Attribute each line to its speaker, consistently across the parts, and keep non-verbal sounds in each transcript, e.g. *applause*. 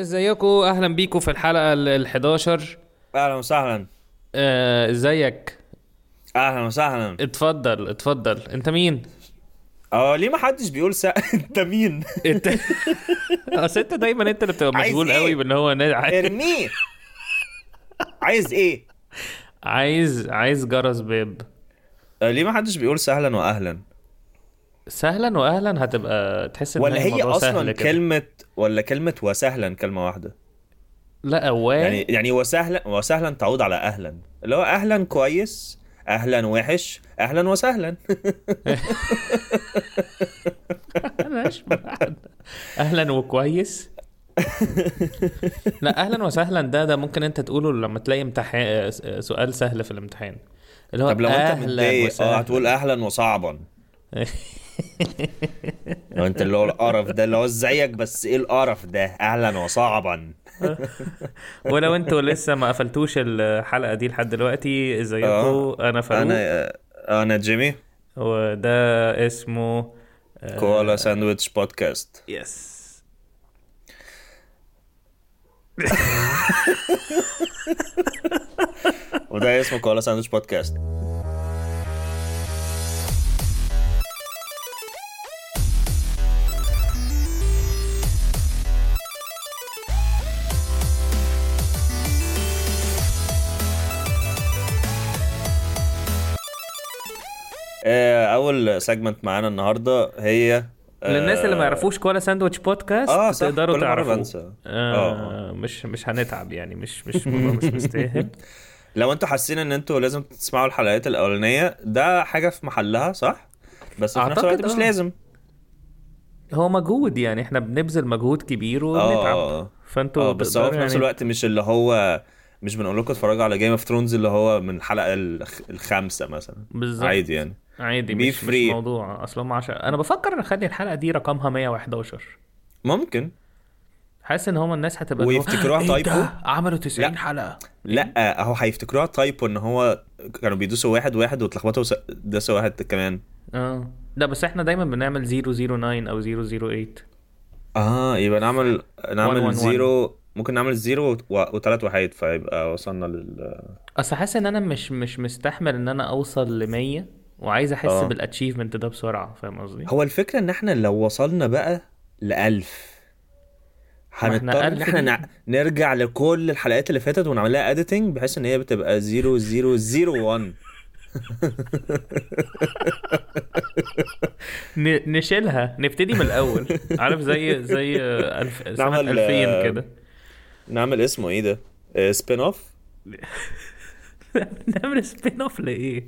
Speaker 1: ازيكم اهلا بيكم في الحلقه ال 11
Speaker 2: اهلا وسهلا
Speaker 1: آه، ازيك
Speaker 2: اهلا وسهلا
Speaker 1: اتفضل اتفضل انت مين
Speaker 2: اه ليه ما حدش بيقول سا... *laughs* انت مين
Speaker 1: انت *laughs* اصل انت دايما انت اللي بتبقى
Speaker 2: عايز
Speaker 1: مشغول
Speaker 2: إيه؟
Speaker 1: قوي بان هو نا- عايز
Speaker 2: ارميه عايز ايه
Speaker 1: عايز عايز جرس باب
Speaker 2: آه، ليه ما حدش بيقول سهلا واهلا
Speaker 1: سهلا واهلا هتبقى تحس ان
Speaker 2: ولا هي
Speaker 1: الموضوع سهل
Speaker 2: اصلا
Speaker 1: كده.
Speaker 2: كلمه ولا كلمه وسهلا كلمه واحده
Speaker 1: لا واه *laughs*
Speaker 2: يعني يعني وسهلا وسهلا تعود على اهلا اللي هو اهلا كويس اهلا وحش اهلا
Speaker 1: *laughs*
Speaker 2: وسهلا
Speaker 1: ملهاش معنى. اهلا وكويس لا اهلا وسهلا ده ده ممكن انت تقوله لما تلاقي امتحان سؤال سهل في الامتحان اللي هو
Speaker 2: طب لو انت
Speaker 1: اهلا
Speaker 2: متضايق اه
Speaker 1: وسهلا
Speaker 2: هتقول اهلا وصعبا
Speaker 1: *laughs*
Speaker 2: لو انت اللي هو القرف ده اللي هو ازيك بس ايه القرف ده اهلا وصعبا
Speaker 1: ولو انتوا لسه ما قفلتوش الحلقه دي لحد دلوقتي ازيكم
Speaker 2: آه.
Speaker 1: انا فاروق
Speaker 2: انا انا أه، جيمي
Speaker 1: وده اسمه
Speaker 2: كوالا ساندويتش بودكاست
Speaker 1: يس
Speaker 2: وده اسمه كوالا ساندويتش بودكاست آه، اول سيجمنت معانا النهارده هي آه،
Speaker 1: للناس اللي ما يعرفوش كوالا ساندويتش بودكاست
Speaker 2: آه، صح.
Speaker 1: تقدروا
Speaker 2: كل مرة
Speaker 1: تعرفوه
Speaker 2: بنسى. اه.
Speaker 1: آه مش مش هنتعب يعني مش مش مش مستاهل
Speaker 2: لو انتوا حاسين ان انتوا لازم تسمعوا الحلقات الاولانيه ده حاجه في محلها صح بس في نفس
Speaker 1: أعتقد
Speaker 2: الوقت مش
Speaker 1: آه.
Speaker 2: لازم
Speaker 1: هو مجهود يعني احنا بنبذل مجهود كبير
Speaker 2: آه.
Speaker 1: وبنتعب
Speaker 2: اه
Speaker 1: فانتوا
Speaker 2: بس هو في
Speaker 1: تقدروا
Speaker 2: نفس
Speaker 1: يعني-
Speaker 2: الوقت مش اللي هو مش بنقول لكم اتفرجوا على جيم اوف ثرونز اللي هو من الحلقه الخ- الخامسه مثلا
Speaker 1: بالظبط.
Speaker 2: عادي يعني
Speaker 1: عادي
Speaker 2: be
Speaker 1: مش, مش
Speaker 2: free.
Speaker 1: موضوع اصلا هم 10 انا بفكر اخلي الحلقه دي رقمها 111
Speaker 2: ممكن
Speaker 1: حاسس ان هم الناس هتبقى
Speaker 2: ويفتكروها
Speaker 1: إيه ده؟
Speaker 2: تايبو؟
Speaker 1: عملوا 90
Speaker 2: لا.
Speaker 1: حلقه
Speaker 2: لا اهو هيفتكروها تايبو ان هو كانوا بيدوسوا واحد واحد واتلخبطوا وس- داسوا واحد كمان
Speaker 1: اه لا بس احنا دايما بنعمل 009 او 008
Speaker 2: اه يبقى نعمل
Speaker 1: one,
Speaker 2: نعمل
Speaker 1: one.
Speaker 2: زيرو ممكن نعمل زيرو وثلاث وحيد فيبقى وصلنا لل
Speaker 1: اصل حاسس ان انا مش مش مستحمل ان انا اوصل ل 100 وعايز احس
Speaker 2: آه.
Speaker 1: بالاتشيفمنت ده بسرعه فاهم قصدي؟
Speaker 2: هو الفكرة ان احنا لو وصلنا بقى لألف
Speaker 1: ما احنا
Speaker 2: هنضطر ان
Speaker 1: ألف
Speaker 2: احنا
Speaker 1: دي-
Speaker 2: نع- نرجع لكل الحلقات اللي فاتت ونعملها اديتنج بحيث ان هي بتبقى 0001
Speaker 1: ن- نشيلها نبتدي من
Speaker 2: *laughs*
Speaker 1: الاول عارف زي زي آه، ألف سنه
Speaker 2: نعمل،
Speaker 1: 2000
Speaker 2: آه،
Speaker 1: كده *laughs*
Speaker 2: نعمل اسمه ايه ده؟ سبين اوف
Speaker 1: نعمل سبين اوف لايه؟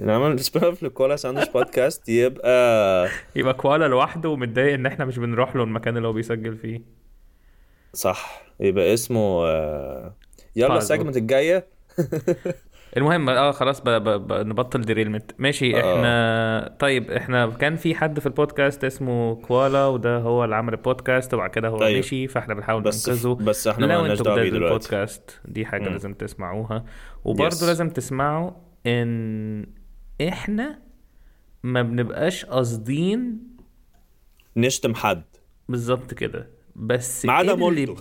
Speaker 2: نعمل *laughs* سبين اوف لكولا ساندويتش بودكاست يبقى
Speaker 1: يبقى كوالا لوحده ومتضايق ان احنا مش بنروح له المكان اللي هو بيسجل فيه
Speaker 2: صح يبقى اسمه آه، يلا
Speaker 1: Pardon.
Speaker 2: السيجمنت الجاية
Speaker 1: المهم اه خلاص ب... ب... ب... نبطل ديريلمنت ماشي
Speaker 2: آه.
Speaker 1: احنا طيب احنا كان في حد في البودكاست اسمه كوالا وده هو اللي عمل البودكاست وبعد كده هو
Speaker 2: طيب.
Speaker 1: مشي فاحنا بنحاول
Speaker 2: بس-
Speaker 1: ننقذه
Speaker 2: بس إحنا ما
Speaker 1: لو
Speaker 2: لناش
Speaker 1: انتوا
Speaker 2: دعوة
Speaker 1: جداد
Speaker 2: بيه دلوقتي.
Speaker 1: البودكاست دي حاجه
Speaker 2: مم.
Speaker 1: لازم تسمعوها وبرضه
Speaker 2: Yes.
Speaker 1: لازم تسمعوا ان احنا ما بنبقاش قاصدين
Speaker 2: نشتم حد
Speaker 1: بالظبط كده بس
Speaker 2: ما عدا
Speaker 1: إيه اللي-
Speaker 2: مولتو.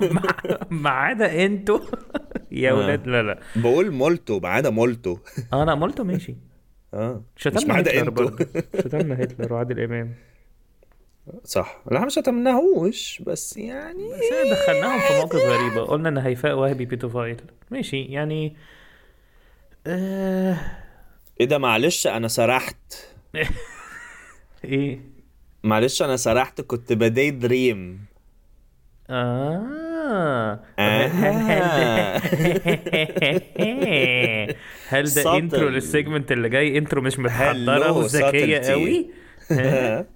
Speaker 1: *laughs* ما- ما عدا انتوا *laughs* يا
Speaker 2: آه.
Speaker 1: ولاد لا لا
Speaker 2: بقول مولتو ما عدا مولتو *laughs*
Speaker 1: اه لا مولتو ماشي
Speaker 2: اه مش ما
Speaker 1: شتمنا
Speaker 2: عدا
Speaker 1: هتلر
Speaker 2: انتوا *laughs*
Speaker 1: برضه شتمنا هتلر وعادل امام
Speaker 2: صح لا مش شتمناهوش بس يعني
Speaker 1: بس إحنا دخلناهم في مواقف غريبه قلنا ان هيفاء وهبي بيتوفايل ماشي يعني آه...
Speaker 2: ايه ده معلش انا سرحت
Speaker 1: ايه
Speaker 2: معلش انا سرحت كنت بدي
Speaker 1: *laughs*
Speaker 2: دريم
Speaker 1: اه هل
Speaker 2: آه. *laughs*
Speaker 1: هل هل ده
Speaker 2: سطل.
Speaker 1: انترو للسيجمنت اللي جاي انترو مش متحضره
Speaker 2: Hello،
Speaker 1: وذكيه *laughs*
Speaker 2: subtlety.
Speaker 1: قوي طيب يا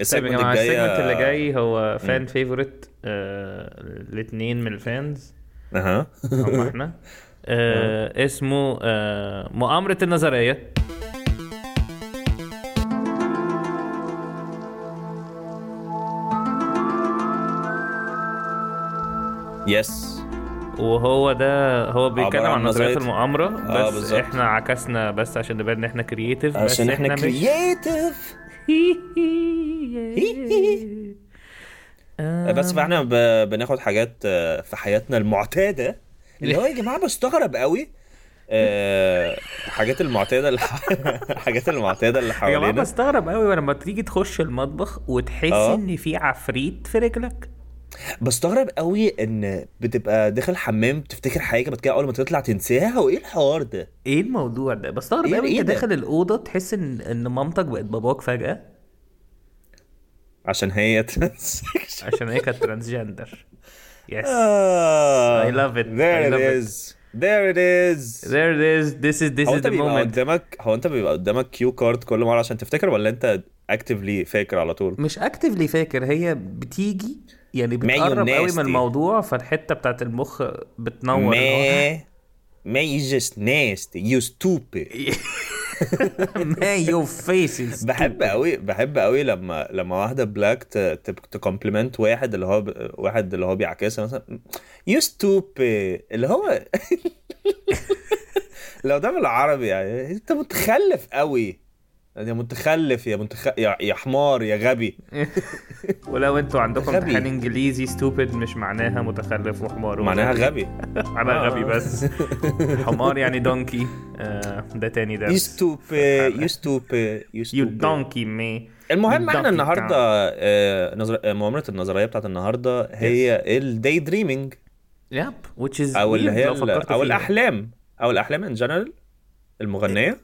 Speaker 2: السيجمنت
Speaker 1: جماعه السيجمنت اللي
Speaker 2: الجاية
Speaker 1: جاي هو فان فيفورت آه الاثنين من الفانز
Speaker 2: اها
Speaker 1: هم
Speaker 2: *laughs*
Speaker 1: احنا آه اسمه آه مؤامره النظريه
Speaker 2: يس
Speaker 1: وهو ده هو بيتكلم
Speaker 2: عبارة
Speaker 1: عن
Speaker 2: عن
Speaker 1: نظريه
Speaker 2: نظرية-
Speaker 1: المؤامره
Speaker 2: آه،
Speaker 1: بس
Speaker 2: بالظبط.
Speaker 1: احنا عكسنا بس عشان نبان ان احنا كرييتيف بس *laughs*
Speaker 2: عشان احنا
Speaker 1: مش-
Speaker 2: كرييتيف آه، بس فاحنا ب- بناخد حاجات آه، في حياتنا المعتاده اللي
Speaker 1: *laughs*
Speaker 2: هو يا جماعه بستغرب قوي آه، الحاجات المعتاده اللي *laughs* الحاجات المعتاده اللي
Speaker 1: آه، يا جماعه
Speaker 2: حوالينا
Speaker 1: بستغرب قوي لما تيجي تخش المطبخ وتحس
Speaker 2: آه.
Speaker 1: ان في عفريت في رجلك
Speaker 2: بستغرب قوي ان بتبقى داخل حمام تفتكر حاجه بعد كده اول ما تطلع تنساها هو ايه الحوار ده
Speaker 1: ايه الموضوع ده بستغرب
Speaker 2: إيه-
Speaker 1: قوي
Speaker 2: إيه
Speaker 1: انت
Speaker 2: ده؟
Speaker 1: داخل الاوضه تحس ان ان مامتك بقت باباك فجاه
Speaker 2: عشان هي *laughs* ترانسكشن
Speaker 1: عشان هي
Speaker 2: *laughs*
Speaker 1: كانت جندر يس
Speaker 2: I
Speaker 1: I love it.
Speaker 2: Oh, There
Speaker 1: I
Speaker 2: it
Speaker 1: love it.
Speaker 2: is. There it is.
Speaker 1: there it is this is this
Speaker 2: هو
Speaker 1: is
Speaker 2: انت
Speaker 1: the
Speaker 2: بيبقى
Speaker 1: moment
Speaker 2: قدامك هو انت بيبقى قدامك كيو كارد كل مره عشان تفتكر ولا انت اكتفلي فاكر على طول؟
Speaker 1: مش اكتفلي فاكر هي بتيجي يعني
Speaker 2: ما
Speaker 1: بتقرب قوي
Speaker 2: يوناسي.
Speaker 1: من الموضوع فالحته بتاعت المخ بتنور اللي هو
Speaker 2: ما ما you just nasty you stupid
Speaker 1: *laughs* ما يور فيس
Speaker 2: بحب قوي بحب قوي لما لما واحده بلاك تكومبلمنت واحد اللي هو ب... واحد اللي هو بيعكسها مثلا you stupid اللي هو *laughs* لو ده بالعربي يعني انت متخلف قوي يا متخلف يا متخ يا, يا حمار يا غبي
Speaker 1: ولو انتوا عندكم
Speaker 2: غبي.
Speaker 1: امتحان انجليزي ستوبد مش معناها متخلف وحمار
Speaker 2: معناها غبي
Speaker 1: معناها
Speaker 2: آه.
Speaker 1: غبي *laughs* بس حمار يعني دونكي آه ده تاني ده
Speaker 2: you stupid you stupid you
Speaker 1: يو
Speaker 2: stupid
Speaker 1: دونكي مي
Speaker 2: المهم
Speaker 1: بالضبط
Speaker 2: احنا
Speaker 1: بتاع-
Speaker 2: النهارده آه، نظر... آه، مؤامره النظريه بتاعت النهارده هي الداي دريمينج
Speaker 1: يب which is
Speaker 2: او اللي
Speaker 1: weird
Speaker 2: هي
Speaker 1: لو
Speaker 2: ال...
Speaker 1: فكرت
Speaker 2: او
Speaker 1: فيها.
Speaker 2: الاحلام او الاحلام ان جنرال
Speaker 1: *laughs*
Speaker 2: المغنيه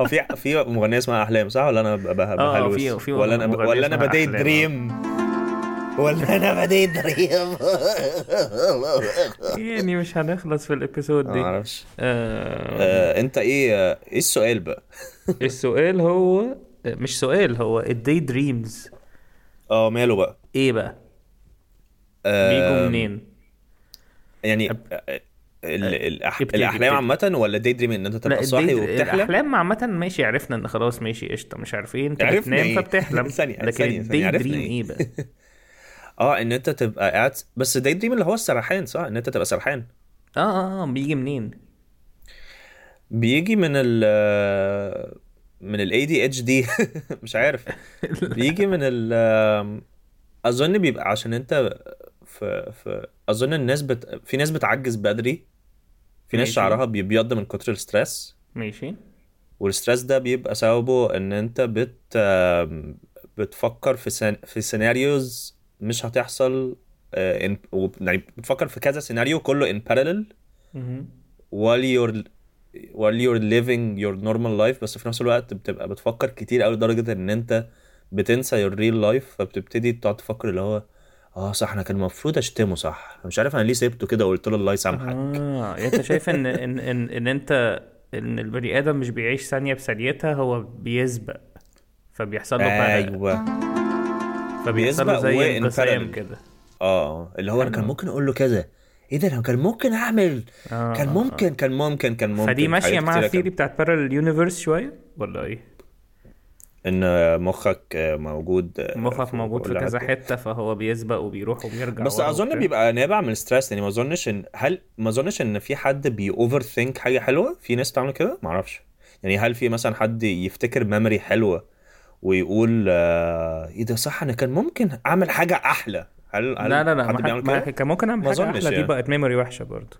Speaker 2: هو في في مغنيه اسمها احلام صح ولا انا ب- ب- بهلوس
Speaker 1: آه، في- في
Speaker 2: ولا انا ب...
Speaker 1: مغنية
Speaker 2: ولا انا
Speaker 1: اسمها
Speaker 2: بداي
Speaker 1: أحلام، آه.
Speaker 2: دريم ولا انا بداي دريم
Speaker 1: يعني مش هنخلص في الابيسود
Speaker 2: ما
Speaker 1: دي
Speaker 2: اعرفش
Speaker 1: آه
Speaker 2: آه، انت ايه آه، ايه السؤال بقى
Speaker 1: السؤال هو مش سؤال هو الدي دريمز
Speaker 2: اه ماله بقى
Speaker 1: ايه بقى بيجوا
Speaker 2: آه،
Speaker 1: منين
Speaker 2: يعني ال- الأح-
Speaker 1: ابتدي،
Speaker 2: الاحلام
Speaker 1: ابتدي.
Speaker 2: عامه ولا الداي دريم ان انت
Speaker 1: لا
Speaker 2: تبقى
Speaker 1: الدي-
Speaker 2: صاحي وبتحلم
Speaker 1: الاحلام عامه ماشي عرفنا ان خلاص ماشي قشطه مش عارف ايه انت
Speaker 2: عرفنا
Speaker 1: بتنام
Speaker 2: إيه؟
Speaker 1: فبتحلم
Speaker 2: *laughs* ثانية-
Speaker 1: لكن
Speaker 2: ثانية- ثانية،
Speaker 1: الدي
Speaker 2: عرفنا
Speaker 1: دريم
Speaker 2: إيه؟
Speaker 1: ايه
Speaker 2: *laughs*
Speaker 1: بقى
Speaker 2: اه ان انت تبقى قاعد بس الداي دريم اللي هو السرحان صح ان انت تبقى سرحان
Speaker 1: اه اه اه بيجي منين
Speaker 2: بيجي من ال من ال ADHD *laughs* مش عارف بيجي من ال آه، اظن بيبقى عشان انت في في اظن الناس بت... في ناس بتعجز بدري في ناس
Speaker 1: ماشي.
Speaker 2: شعرها بيبيض من كتر الستريس
Speaker 1: ماشي
Speaker 2: والستريس ده بيبقى سببه ان انت بت بتفكر في سن... في سيناريوز مش هتحصل آه، in... و- يعني بتفكر في كذا سيناريو كله in parallel
Speaker 1: مهم.
Speaker 2: while you're while you're living your normal life بس في نفس الوقت بتبقى بتفكر كتير قوي لدرجة ان انت بتنسى your real life فبتبتدي تقعد تفكر اللي هو اه صح انا كان المفروض اشتمه صح أنا مش عارف انا ليه سبته كده وقلت له الله يسامحك
Speaker 1: اه يعني انت شايف ان ان ان, إن انت ان البني ادم مش بيعيش ثانيه بثانيتها هو بيسبق فبيحصل له panic.
Speaker 2: ايوه
Speaker 1: فبيحصل له
Speaker 2: بيسبق
Speaker 1: زي
Speaker 2: وإن
Speaker 1: انقسام
Speaker 2: parallel.
Speaker 1: كده
Speaker 2: اه اللي هو انا كان ممكن اقول له كذا ايه ده انا كان ممكن اعمل
Speaker 1: آه،
Speaker 2: كان
Speaker 1: آه،
Speaker 2: ممكن كان ممكن كان ممكن
Speaker 1: فدي ماشيه
Speaker 2: حاجات
Speaker 1: مع
Speaker 2: كتيرة
Speaker 1: الثيري
Speaker 2: كان-
Speaker 1: بتاعت بارل يونيفرس شويه ولا ايه؟
Speaker 2: ان مخك موجود
Speaker 1: مخك موجود في
Speaker 2: كل
Speaker 1: كذا
Speaker 2: حتة.
Speaker 1: حته فهو بيسبق وبيروح وبيرجع
Speaker 2: بس
Speaker 1: ورا
Speaker 2: اظن
Speaker 1: وبتاع.
Speaker 2: بيبقى نابع من الستريس يعني ما اظنش ان هل ما اظنش ان في حد بي اوفر ثينك حاجه حلوه في ناس بتعمل كده ما اعرفش يعني هل في مثلا حد يفتكر ميموري حلوه ويقول آه، ايه ده صح انا كان ممكن اعمل حاجه احلى هل هل
Speaker 1: لا لا لا
Speaker 2: حد
Speaker 1: ما
Speaker 2: بيعمل
Speaker 1: حد- ما
Speaker 2: كده
Speaker 1: كان ممكن اعمل
Speaker 2: ما
Speaker 1: حاجه
Speaker 2: أظنش
Speaker 1: احلى دي
Speaker 2: يعني.
Speaker 1: بقت ميموري وحشه برضه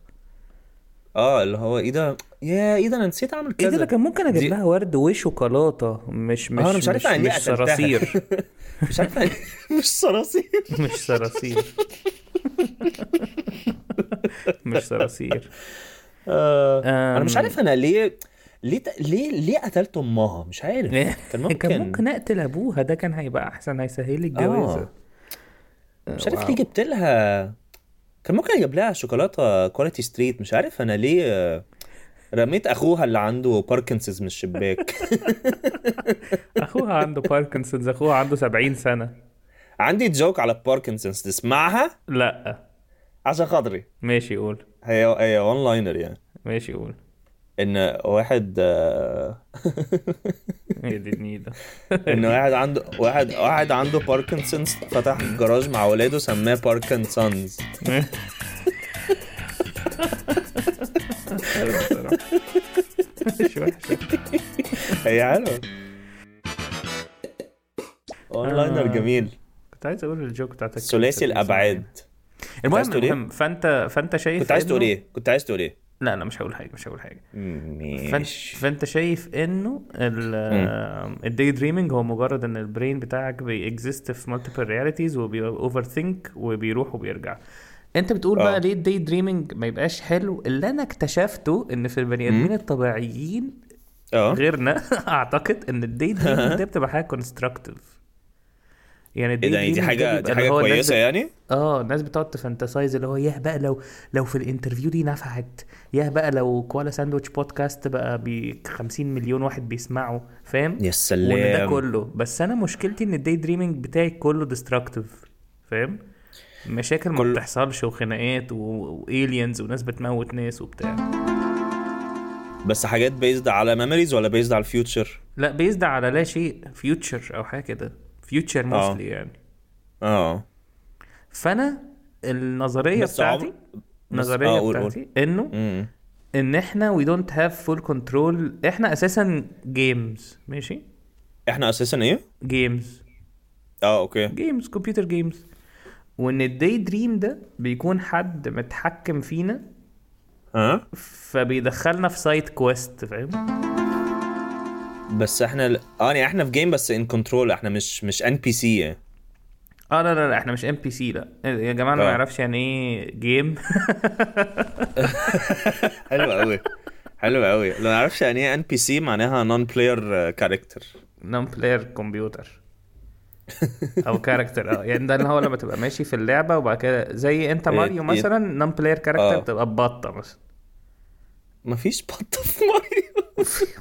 Speaker 2: اه اللي هو ايه ده يا ايه ده انا نسيت اعمل
Speaker 1: ايه
Speaker 2: كذا
Speaker 1: ده ده كان ممكن اجيب
Speaker 2: دي-
Speaker 1: لها ورد وشوكولاته مش مش
Speaker 2: آه، أنا مش عارف أنا ليه
Speaker 1: مش
Speaker 2: قتلتها.
Speaker 1: صراصير
Speaker 2: مش عارف مش صراصير
Speaker 1: *laughs* مش صراصير *laughs* مش صراصير
Speaker 2: انا آه، مش عارف انا ليه ليه ت- ليه ليه قتلت امها مش عارف
Speaker 1: إيه،
Speaker 2: كان
Speaker 1: *laughs*
Speaker 2: ممكن
Speaker 1: كان ممكن اقتل ابوها ده كان هيبقى احسن هيسهل لي الجوازه
Speaker 2: آه. مش عارف ليه جبت لها كان ممكن اجيب لها شوكولاته كواليتي ستريت مش عارف انا ليه آه، رميت اخوها اللي عنده باركنسز من الشباك
Speaker 1: اخوها عنده باركنسونز اخوها عنده 70 سنه
Speaker 2: عندي جوك على باركنسز تسمعها
Speaker 1: لا
Speaker 2: عشان خاطري
Speaker 1: ماشي قول
Speaker 2: هي هي وان لاينر يعني
Speaker 1: ماشي قول
Speaker 2: ان واحد آه، *laughs*
Speaker 1: هي دي النيله
Speaker 2: ان واحد عنده واحد واحد عنده باركنسونز فتح جراج مع ولاده سماه باركنسونز
Speaker 1: حلوة بصراحة. مش وحشه
Speaker 2: هي حلوه اون لاينر جميل
Speaker 1: كنت عايز اقول الجوك بتاعتك
Speaker 2: ثلاثي الابعاد عايز
Speaker 1: المهم
Speaker 2: تقول إيه؟
Speaker 1: المهم فانت فانت شايف
Speaker 2: كنت عايز تقول
Speaker 1: إنه-
Speaker 2: ايه كنت عايز تقول ايه
Speaker 1: لا لا مش هقول حاجه مش هقول حاجه فانت,
Speaker 2: ماشي
Speaker 1: فانت شايف انه الدي دريمينج هو مجرد ان البرين بتاعك بيكزيست في مالتيبل رياليتيز وبيوفر ثينك وبيروح وبيرجع انت بتقول
Speaker 2: آه.
Speaker 1: بقى ليه الدي دريمينج ما يبقاش حلو اللي انا اكتشفته ان في البني ادمين الطبيعيين
Speaker 2: اه *laughs*
Speaker 1: غيرنا اعتقد ان الدي دريمينج ده بتبقى حاجه كونستراكتيف يعني الدي
Speaker 2: ايه ده يعني
Speaker 1: دريمينج
Speaker 2: دي حاجه دي
Speaker 1: بيبقى
Speaker 2: حاجه
Speaker 1: اللي هو الناس
Speaker 2: كويسه
Speaker 1: بت-
Speaker 2: يعني
Speaker 1: اه الناس بتقعد تفانتسايز اللي هو ياه بقى لو لو في الانترفيو دي نفعت ياه بقى لو كوالا ساندويتش بودكاست بقى بي 50 مليون واحد بيسمعه فاهم
Speaker 2: يا سلام.
Speaker 1: وإن ده كله بس انا مشكلتي ان الداي دريمينج بتاعي كله ديستراكتيف فاهم مشاكل ما
Speaker 2: كل-
Speaker 1: بتحصلش وخناقات والينز وناس بتموت ناس وبتاع
Speaker 2: بس حاجات بيزد على ميموريز ولا بيزد على الفيوتشر
Speaker 1: لا بيزد على لا شيء فيوتشر او حاجه كده فيوتشر
Speaker 2: آه.
Speaker 1: موستلي يعني
Speaker 2: اه
Speaker 1: فانا النظريه
Speaker 2: بس عمر-
Speaker 1: بتاعتي
Speaker 2: بس-
Speaker 1: النظريه
Speaker 2: آه،
Speaker 1: آه
Speaker 2: قول- قول.
Speaker 1: بتاعتي انه
Speaker 2: امم
Speaker 1: ان احنا وي دونت هاف فول كنترول احنا اساسا جيمز ماشي
Speaker 2: احنا اساسا ايه
Speaker 1: جيمز
Speaker 2: اه اوكي
Speaker 1: جيمز كمبيوتر جيمز وان الداي دريم ده بيكون حد متحكم فينا
Speaker 2: ها
Speaker 1: فبيدخلنا في سايد كويست فاهم
Speaker 2: بس احنا ال- اه يعني احنا في جيم بس ان كنترول احنا مش مش ان بي سي
Speaker 1: اه لا لا لا احنا مش ام بي سي لا يا جماعه اللي ما
Speaker 2: آه.
Speaker 1: يعرفش يعني ايه *laughs* جيم
Speaker 2: حلو قوي حلو قوي لو ما اعرفش يعني ايه ان بي سي معناها نون بلاير كاركتر
Speaker 1: نون بلاير
Speaker 2: *laughs*
Speaker 1: كمبيوتر او كاركتر اه يعني ده اللي هو لما تبقى ماشي في اللعبه وبعد كده زي انت ماريو
Speaker 2: يت-
Speaker 1: مثلا نون بلاير
Speaker 2: إيه، آه.
Speaker 1: كاركتر تبقى بطه مثلا
Speaker 2: مفيش بطه في ماريو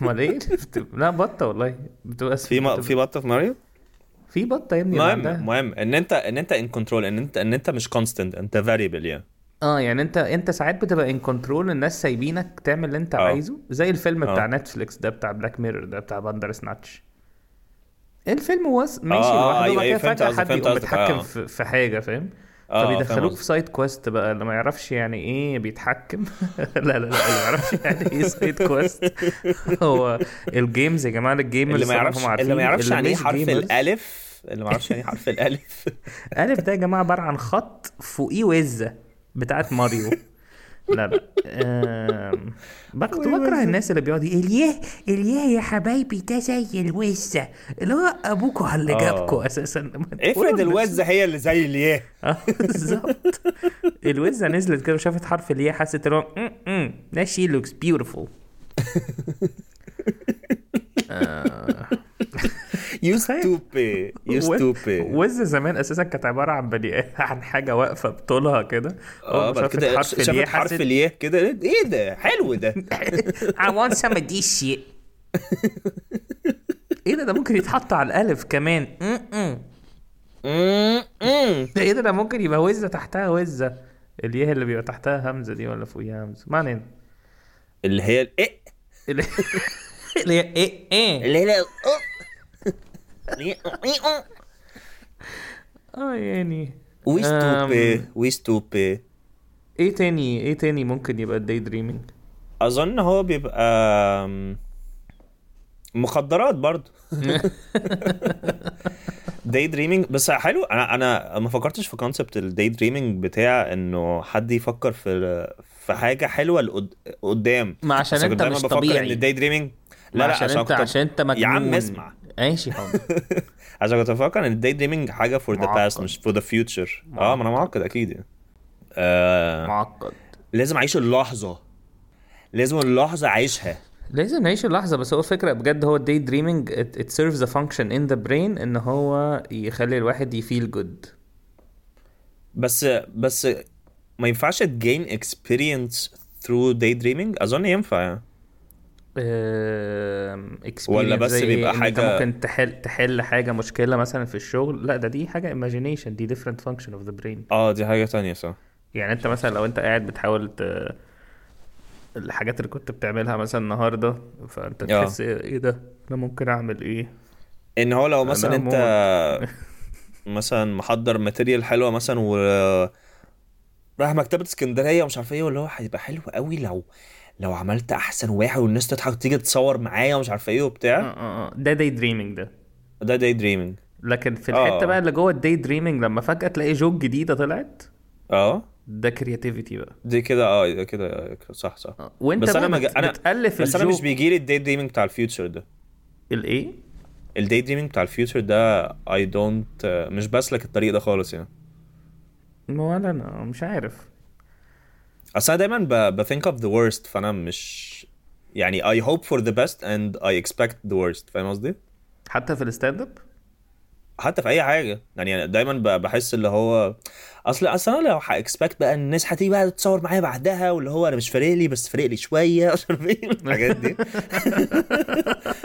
Speaker 1: امال ايه؟ بت- لا بطه والله بتبقى
Speaker 2: في ما في بطه في ماريو
Speaker 1: في بطه يا ابني
Speaker 2: مهم
Speaker 1: عندها.
Speaker 2: مهم ان انت ان انت ان كنترول ان انت ان انت مش كونستنت انت فاريبل يعني
Speaker 1: اه يعني انت انت ساعات بتبقى ان كنترول الناس سايبينك تعمل اللي انت
Speaker 2: آه.
Speaker 1: عايزه زي الفيلم
Speaker 2: آه.
Speaker 1: بتاع نتفليكس ده بتاع بلاك ميرور ده بتاع باندر سناتش الفيلم وص... ماشي
Speaker 2: آه،
Speaker 1: لوحده
Speaker 2: أيوة،
Speaker 1: وبعد
Speaker 2: أيوة،
Speaker 1: كده
Speaker 2: فهمت
Speaker 1: فجأة حد
Speaker 2: قصدك،
Speaker 1: يقوم
Speaker 2: فهمت قصدك،
Speaker 1: بيتحكم
Speaker 2: آه.
Speaker 1: في, في حاجة فاهم؟
Speaker 2: آه، فاهم
Speaker 1: فبيدخلوك
Speaker 2: قصدك.
Speaker 1: في سايد كويست بقى اللي ما يعرفش يعني ايه بيتحكم *laughs* لا لا لا اللي ما يعرفش يعني ايه سايد كويست *laughs* هو الجيمز يا جماعة الجيمرز
Speaker 2: اللي ما
Speaker 1: طبعاً
Speaker 2: يعرفش
Speaker 1: هم
Speaker 2: اللي ما يعرفش
Speaker 1: اللي
Speaker 2: يعني ايه
Speaker 1: مش
Speaker 2: حرف
Speaker 1: جيمرز-
Speaker 2: الالف اللي ما يعرفش يعني ايه
Speaker 1: *laughs*
Speaker 2: حرف الالف
Speaker 1: الف ده يا جماعه عباره عن خط فوقيه وزه بتاعت ماريو لا لا آم، بقى كنت بكره الناس اللي بيقعد ي- الياه الياه يا حبايبي ده زي الوزه اللي هو ابوكوا على اللي
Speaker 2: آه.
Speaker 1: جابكوا اساسا ما تقولوا
Speaker 2: افرض
Speaker 1: للناس-
Speaker 2: الوزه هي اللي زي الياه
Speaker 1: *laughs* آه، بالظبط الوزه نزلت كده وشافت حرف الياه حست ان هو "م- م، that she looks beautiful
Speaker 2: يو ستوبي
Speaker 1: *laughs*
Speaker 2: يو
Speaker 1: و-
Speaker 2: ستوبي
Speaker 1: وزة زمان اساسا كانت عباره عن بني عن حاجه واقفه بطولها كده
Speaker 2: اه
Speaker 1: أول ما
Speaker 2: بعد
Speaker 1: شافت
Speaker 2: كده
Speaker 1: حرف الياه
Speaker 2: شافت حرف
Speaker 1: حست
Speaker 2: الياه كده ايه ده
Speaker 1: *laughs*
Speaker 2: حلو ده
Speaker 1: I want some of this shit. ايه ده ده ممكن يتحط على الالف كمان م-م.
Speaker 2: أمم، أمم.
Speaker 1: ده ايه ده ده ممكن يبقى وزه تحتها وزه الياه اللي بيبقى تحتها همزه دي ولا فوقيها همزه ما علينا
Speaker 2: اللي هي ال- ايه
Speaker 1: ال- *laughs* اللي هي ايه ايه
Speaker 2: اللي هي ال-
Speaker 1: *laughs*
Speaker 2: أه. *laughs* اللي هي أه، إيه، أه.
Speaker 1: اه يعني
Speaker 2: وي
Speaker 1: أم،
Speaker 2: ستوبي وي ستوبي
Speaker 1: ايه تاني ايه تاني ممكن يبقى الداي دريمينج
Speaker 2: اظن هو بيبقى أم، مخدرات
Speaker 1: *laughs*
Speaker 2: برضو داي دريمينج بس حلو انا انا ما فكرتش في كونسبت الداي دريمينج بتاع انه حد يفكر في في حاجه حلوه لقد- قدام
Speaker 1: ما عشان
Speaker 2: بس كنت
Speaker 1: انت
Speaker 2: دايما
Speaker 1: مش
Speaker 2: بفكر ان
Speaker 1: طبيعي.
Speaker 2: الداي دريمينج
Speaker 1: ما عشان انت
Speaker 2: كنت-
Speaker 1: عشان انت مجنون
Speaker 2: يا عم اسمع
Speaker 1: ماشي
Speaker 2: *laughs*
Speaker 1: حاضر
Speaker 2: عشان كنت بفكر ان الداي دريمينج حاجه فور ذا باست
Speaker 1: معقد.
Speaker 2: مش فور ذا فيوتشر اه ما انا معقد اكيد يعني. آه
Speaker 1: معقد
Speaker 2: لازم اعيش اللحظه لازم اللحظه اعيشها
Speaker 1: لازم نعيش اللحظة بس هو الفكرة بجد هو الداي دريمينج it, it serves a function in the brain ان هو يخلي الواحد يفيل جود
Speaker 2: بس بس ما ينفعش تجين اكسبيرينس ثرو داي دريمينج اظن ينفع يعني. ولا بس بيبقى حاجة-
Speaker 1: انت ممكن تحل تحل حاجة مشكلة مثلا في الشغل لا ده دي حاجة imagination دي different function of the brain
Speaker 2: اه دي حاجه تانية صح
Speaker 1: يعني انت مثلا لو انت قاعد بتحاول ت... الحاجات اللي كنت بتعملها مثلا النهاردة فانت
Speaker 2: آه.
Speaker 1: تحس ايه ده انا ممكن اعمل ايه
Speaker 2: ان هو لو مثلا
Speaker 1: لا،
Speaker 2: *laughs* انت مثلا محضر ماتيريال حلوه مثلا و رايح مكتبه اسكندريه ومش عارف ايه واللي هو هيبقى حلو قوي لو لو عملت احسن واحد والناس تضحك تيجي تصور معايا ومش عارف ايه
Speaker 1: آه،
Speaker 2: وبتاع
Speaker 1: آه، آه. ده داي دريمينج ده
Speaker 2: ده داي دريمينج
Speaker 1: لكن في الحته
Speaker 2: آه.
Speaker 1: بقى اللي جوه الداي دريمينج لما فجاه تلاقي جوك جديده طلعت
Speaker 2: اه
Speaker 1: ده كرياتيفيتي بقى
Speaker 2: دي كده اه ده كده صح صح
Speaker 1: آه، وانت
Speaker 2: بس
Speaker 1: بقى
Speaker 2: انا مج...
Speaker 1: بت-
Speaker 2: انا
Speaker 1: بتألف
Speaker 2: بس انا مش
Speaker 1: الجوك.
Speaker 2: بيجي لي الداي دريمينج بتاع الفيوتشر ده
Speaker 1: الايه
Speaker 2: الداي دريمينج بتاع الفيوتشر ده اي دونت مش بسلك الطريق ده خالص يعني
Speaker 1: ولا انا مش عارف
Speaker 2: اصل انا دايما ب... بثينك اوف ذا worst فانا مش يعني اي هوب فور ذا بيست اند اي اكسبكت ذا worst فاهم قصدي؟
Speaker 1: حتى في الستاند اب
Speaker 2: حتى في اي حاجه يعني دايما ب- بحس اللي هو اصل اصل انا لو هاكسبكت بقى إن الناس هتيجي بقى تتصور معايا بعدها واللي هو انا مش فارق لي بس فارق لي شويه مش عارف ايه الحاجات دي *laughs*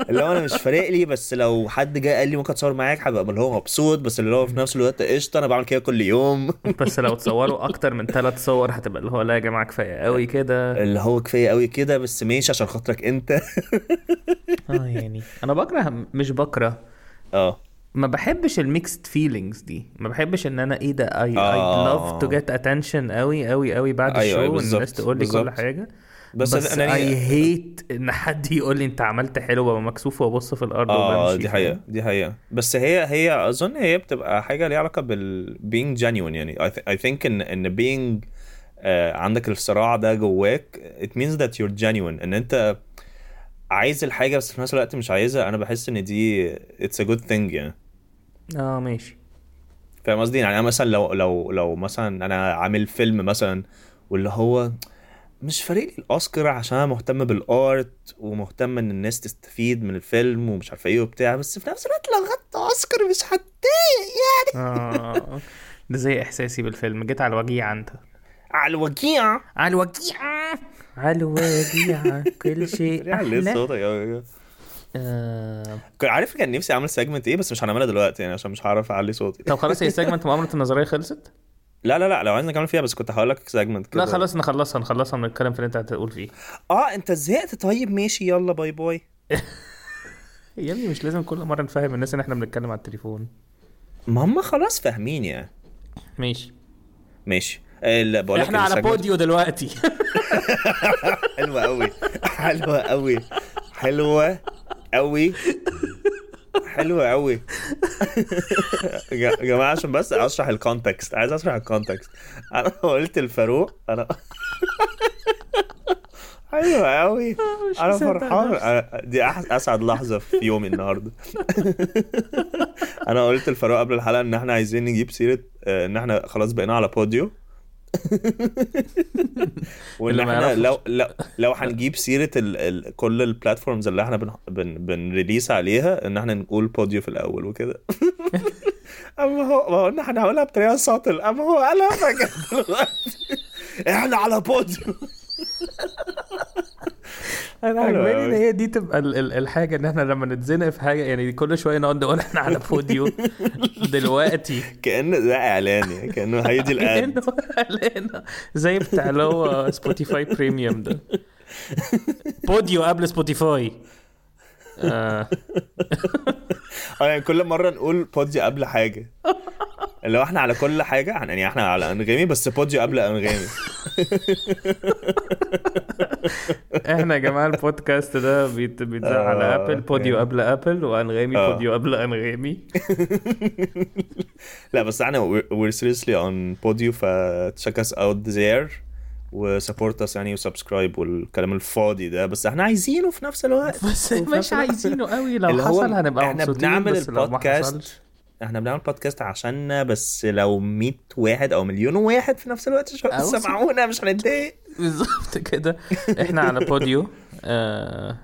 Speaker 2: اللي هو انا مش فارق لي بس لو حد جه قال لي ممكن اتصور معاك هبقى اللي هو مبسوط بس اللي هو في نفس الوقت قشطه انا بعمل كده كل يوم
Speaker 1: بس لو تصوروا اكتر من ثلاث صور هتبقى اللي هو لا يا جماعه كفايه قوي كده
Speaker 2: اللي هو كفايه قوي كده بس ماشي عشان خاطرك انت *laughs*
Speaker 1: اه يعني انا بكره مش بكره
Speaker 2: اه
Speaker 1: ما بحبش الميكسد فيلينجز دي ما بحبش ان انا ايه ده اي اي لاف
Speaker 2: آه.
Speaker 1: تو جيت اتنشن قوي قوي قوي بعد
Speaker 2: أيوة،
Speaker 1: الشو
Speaker 2: أيوة،
Speaker 1: والناس
Speaker 2: بالظبط،
Speaker 1: تقول لي كل
Speaker 2: بالظبط.
Speaker 1: حاجه بس,
Speaker 2: بس
Speaker 1: بس
Speaker 2: أنا- يعني
Speaker 1: اي هيت ان حد يقول لي انت عملت حلو ببقى مكسوف وابص في الارض
Speaker 2: اه
Speaker 1: وبمشي
Speaker 2: دي
Speaker 1: فاهم؟
Speaker 2: حقيقة دي حقيقة بس هي هي اظن هي بتبقى حاجة ليها علاقة بال being genuine يعني I, th I think ان ان being آه عندك الصراع ده جواك it means that you're genuine ان انت عايز الحاجة بس في نفس الوقت مش عايزها انا بحس ان دي it's a good thing يعني
Speaker 1: اه ماشي
Speaker 2: فاهم قصدي يعني انا مثلا لو لو لو مثلا انا عامل فيلم مثلا واللي هو مش فارق لي الاوسكار عشان انا مهتم بالارت ومهتم ان الناس تستفيد من الفيلم ومش عارف ايه وبتاع بس في نفس الوقت لو خدت اوسكار مش هتضايق يعني
Speaker 1: اه ده زي احساسي بالفيلم جيت على الوجيعه انت
Speaker 2: على الوجيعة
Speaker 1: على الوجيعه على الوجيعه كل
Speaker 2: *laughs*
Speaker 1: شيء
Speaker 2: لسه
Speaker 1: احلى
Speaker 2: يعني صوتك أوي.
Speaker 1: آه.
Speaker 2: كنت عارف كان نفسي اعمل سيجمنت ايه بس مش هنعملها دلوقتي يعني عشان مش هعرف اعلي صوتي
Speaker 1: طب خلاص هي سيجمنت مؤامره النظريه خلصت
Speaker 2: لا لا لا لو عايزنا نكمل فيها بس كنت هقول لك سيجمنت كده
Speaker 1: لا خلاص نخلصها نخلصها من الكلام في اللي انت هتقول فيه
Speaker 2: اه انت زهقت طيب ماشي يلا باي باي
Speaker 1: يا ابني مش لازم كل مره نفهم الناس ان احنا بنتكلم على التليفون
Speaker 2: ما هم خلاص فاهمين يعني
Speaker 1: ماشي
Speaker 2: ماشي آه، لا بقول لك
Speaker 1: احنا على
Speaker 2: السيجمنت-
Speaker 1: بوديو
Speaker 2: *laughs*
Speaker 1: دلوقتي
Speaker 2: حلوة قوي حلوة قوي حلوة قوي حلوة قوي يا جماعة عشان بس اشرح الكونتكست عايز اشرح الكونتكست انا قلت الفاروق انا حلوة قوي
Speaker 1: مش
Speaker 2: انا
Speaker 1: مصدق
Speaker 2: فرحان
Speaker 1: نفسي.
Speaker 2: أنا- دي أح- اسعد لحظة في يومي النهاردة *laughs* انا قلت الفاروق قبل الحلقة ان احنا عايزين نجيب سيرة آه، ان احنا خلاص بقينا على
Speaker 1: *laughs*
Speaker 2: بوديو وان
Speaker 1: اللي ما
Speaker 2: احنا
Speaker 1: يعرفش.
Speaker 2: لو لو لو هنجيب سيره ال ال كل البلاتفورمز اللي احنا بن بن بنريليس عليها ان احنا نقول بوديو في الاول وكده *laughs* اما هو ما هو إن احنا هنقولها بطريقه ساطل اما هو قالها فجاه *laughs* دلوقتي احنا على بوديو
Speaker 1: انا
Speaker 2: حلو
Speaker 1: عاجباني
Speaker 2: أوي.
Speaker 1: ان هي دي تبقى ال- ال- الحاجه ان احنا لما نتزنق في حاجه يعني كل شويه نقعد نقول احنا على
Speaker 2: *laughs*
Speaker 1: بوديو دلوقتي
Speaker 2: كان ده اعلان يعني كانه
Speaker 1: *laughs*
Speaker 2: هيدي الاد
Speaker 1: كأنه إعلان. زي بتاع اللي هو سبوتيفاي بريميوم
Speaker 2: *laughs*
Speaker 1: ده بوديو قبل سبوتيفاي آه.
Speaker 2: اه يعني كل مره نقول بوديو قبل حاجه اللي هو احنا على كل حاجه يعني احنا على انغامي بس بوديو قبل انغامي
Speaker 1: احنا يا جماعه البودكاست ده بيت- بيتذاع
Speaker 2: آه،
Speaker 1: على ابل بوديو
Speaker 2: يعني.
Speaker 1: قبل ابل وانغامي
Speaker 2: آه.
Speaker 1: بوديو قبل انغامي
Speaker 2: لا بس احنا we're, we're seriously on podio ف check us out there و support us يعني و subscribe والكلام الفاضي ده بس احنا عايزينه في نفس الوقت
Speaker 1: بس
Speaker 2: وفي نفس
Speaker 1: مش
Speaker 2: الوقت-
Speaker 1: عايزينه قوي لو
Speaker 2: اللي هو
Speaker 1: حصل هنبقى
Speaker 2: احنا
Speaker 1: مبسوطين
Speaker 2: بنعمل
Speaker 1: بس لو ما
Speaker 2: البودكاست
Speaker 1: حصلش
Speaker 2: احنا بنعمل بودكاست عشاننا بس لو 100 واحد او مليون واحد في نفس الوقت شو-
Speaker 1: أو س-
Speaker 2: سمعونا مش هنتضايق
Speaker 1: بالظبط
Speaker 2: *laughs*
Speaker 1: كده احنا على بوديو آه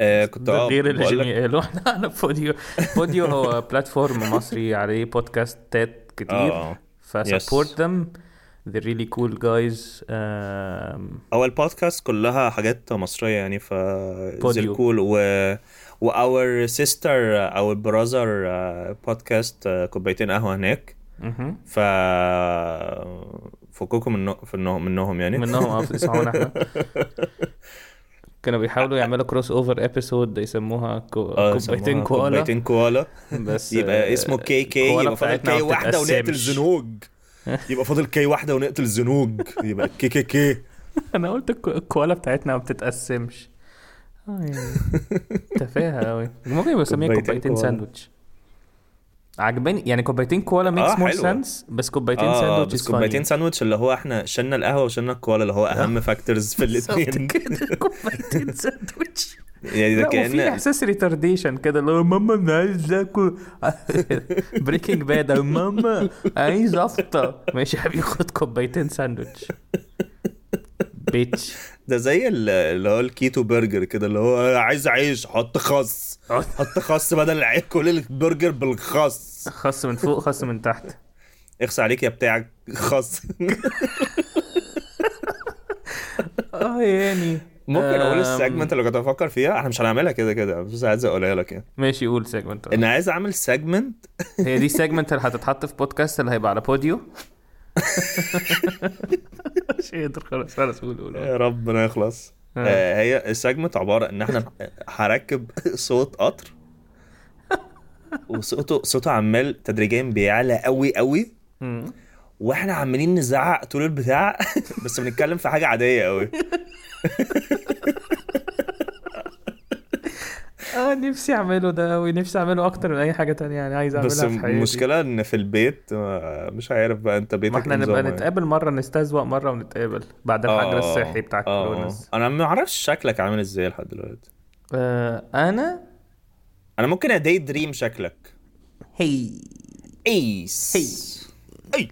Speaker 2: آه كنت
Speaker 1: ده
Speaker 2: اه
Speaker 1: غير اللي
Speaker 2: بقول لك-
Speaker 1: جيمي قاله احنا على بوديو بوديو هو بلاتفورم مصري عليه بودكاستات كتير
Speaker 2: آه.
Speaker 1: فسبورت ذم they're really cool guys آم،
Speaker 2: هو البودكاست كلها حاجات مصرية يعني ف
Speaker 1: بوديو.
Speaker 2: كول و و our sister our brother بودكاست كوبايتين قهوة هناك
Speaker 1: مهم.
Speaker 2: ف فكوكم منه... منهم منهم يعني
Speaker 1: منهم اه اسمعونا
Speaker 2: *laughs*
Speaker 1: احنا كانوا بيحاولوا يعملوا كروس اوفر ابيسود يسموها كو-
Speaker 2: آه،
Speaker 1: كوبايتين
Speaker 2: يسموها
Speaker 1: كوالا
Speaker 2: كوبايتين كوالا
Speaker 1: بس
Speaker 2: يبقى اسمه كي كي
Speaker 1: الكوالا
Speaker 2: يبقى فاضل
Speaker 1: بتاعتنا ما
Speaker 2: كي واحدة ونقتل
Speaker 1: بتتقسمش. *laughs*
Speaker 2: زنوج يبقى فاضل كي واحدة ونقتل زنوج يبقى كي كي كي
Speaker 1: انا قلت الك- الكوالا بتاعتنا ما بتتقسمش
Speaker 2: *laughs*
Speaker 1: آه يعني تفاهه قوي ممكن يبقى يسميها
Speaker 2: كوبايتين
Speaker 1: كوبايتين
Speaker 2: كوالا.
Speaker 1: ساندوتش عجباني يعني كوبايتين كولا ميكس
Speaker 2: آه،
Speaker 1: مور
Speaker 2: حلوة.
Speaker 1: سنس بس كوبايتين
Speaker 2: اه
Speaker 1: ساندوتش
Speaker 2: بس
Speaker 1: is *laughs*
Speaker 2: كوبايتين
Speaker 1: funny.
Speaker 2: ساندوتش اللي هو احنا شلنا القهوه وشلنا الكولا اللي هو اهم فاكتورز في الاثنين
Speaker 1: آه. بالظبط كده كوبايتين *laughs* ساندوتش
Speaker 2: يعني ده
Speaker 1: لا وفي
Speaker 2: كان
Speaker 1: احساس ريتارديشن كده اللي هو ماما انا عايز *laughs* اكل بريكنج باد ماما عايز افطر ماشي يا حبيبي خد كوبايتين ساندوتش بيتش
Speaker 2: ده زي ال- اللي هو الكيتو برجر كده اللي هو عايز عيش حط خس حط خس بدل العيش كل البرجر بالخس
Speaker 1: خص من فوق خص من تحت
Speaker 2: اخس عليك يا بتاعك خس *laughs*
Speaker 1: اه يعني
Speaker 2: ممكن اقول
Speaker 1: آم،
Speaker 2: السيجمنت اللي كنت بفكر فيها احنا مش هنعملها كده كده بس عايز اقولها لك يعني
Speaker 1: ماشي قول سيجمنت
Speaker 2: انا عايز اعمل سيجمنت
Speaker 1: هي دي سيجمنت اللي هتتحط في بودكاست اللي هيبقى على *laughs* بوديو مش قادر خلاص خلاص قول قول
Speaker 2: *laughs* يا رب ما يخلص
Speaker 1: آه.
Speaker 2: آه، هي السيجمنت عباره ان احنا هركب صوت قطر وصوته صوته عمال تدريجيا بيعلى قوي قوي
Speaker 1: مم.
Speaker 2: واحنا عمالين نزعق طول
Speaker 1: *laughs*
Speaker 2: البتاع بس بنتكلم في حاجه عاديه قوي
Speaker 1: اه نفسي اعمله ده ونفسي اعمله اكتر من اي حاجه تانية يعني عايز اعملها
Speaker 2: بس
Speaker 1: في حياتي
Speaker 2: المشكله ان في البيت آه، مش عارف بقى انت بيتك
Speaker 1: ما احنا
Speaker 2: إيه
Speaker 1: نبقى
Speaker 2: نظامه يعني.
Speaker 1: نتقابل مره نستذوق مره ونتقابل بعد الحجر
Speaker 2: آه،
Speaker 1: الصحي بتاع
Speaker 2: آه،
Speaker 1: الكورونا
Speaker 2: آه. انا ما اعرفش شكلك عامل ازاي لحد دلوقتي
Speaker 1: آه انا
Speaker 2: انا ممكن ادي دريم شكلك
Speaker 1: هي
Speaker 2: ايس اي اي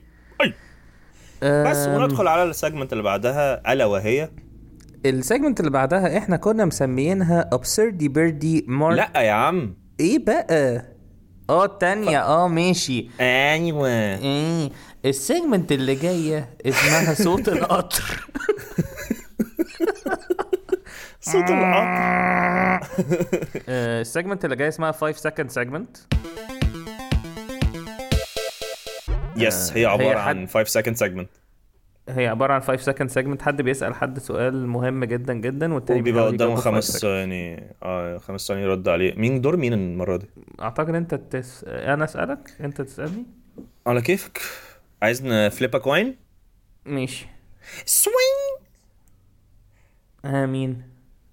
Speaker 2: بس
Speaker 1: آه
Speaker 2: وندخل على السيجمنت اللي بعدها الا وهي
Speaker 1: السيجمنت اللي بعدها احنا كنا مسميينها absurdy birdie mark
Speaker 2: لا يا عم
Speaker 1: ايه بقى اه التانية اه ماشي
Speaker 2: ايوه
Speaker 1: ايه السيجمنت اللي جاية اسمها صوت
Speaker 2: *laughs*
Speaker 1: القطر
Speaker 2: صوت القطر
Speaker 1: آه، السيجمنت اللي جاية اسمها 5 second segment
Speaker 2: يس هي عباره
Speaker 1: حد-
Speaker 2: عن 5 سكند سيجمنت
Speaker 1: هي عبارة عن 5 second segment حد بيسأل حد سؤال مهم جدا جدا والتاني
Speaker 2: وبيبقى
Speaker 1: بيحاول
Speaker 2: قدامه
Speaker 1: يجاوبه في five
Speaker 2: خمس
Speaker 1: seconds.
Speaker 2: ثواني اه خمس ثواني يرد عليه مين دور مين المره دي؟
Speaker 1: اعتقد انت تس... انا اسألك انت تسألني
Speaker 2: على كيفك عايز نفليب كوين؟
Speaker 1: ماشي
Speaker 2: سوين
Speaker 1: امين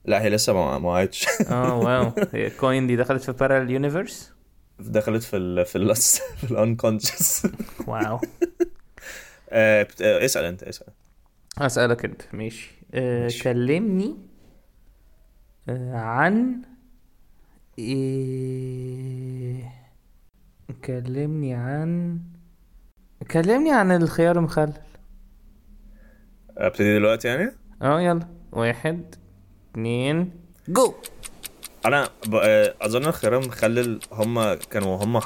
Speaker 2: لا هي لسه ما ما وقعتش
Speaker 1: اه واو هي الكوين دي دخلت في بارال يونيفرس
Speaker 2: *laughs* دخلت في ال في ال *laughs* في الانكونشس *laughs*
Speaker 1: واو
Speaker 2: آه، اسال انت اسال
Speaker 1: هسألك انت ماشي, آه
Speaker 2: ماشي.
Speaker 1: كلمني آه عن إيه... كلمني عن كلمني عن الخيار المخلل
Speaker 2: ابتدي دلوقتي يعني
Speaker 1: اه يلا واحد اتنين جو
Speaker 2: انا ب... آه، اظن الخيار المخلل هم كانوا هم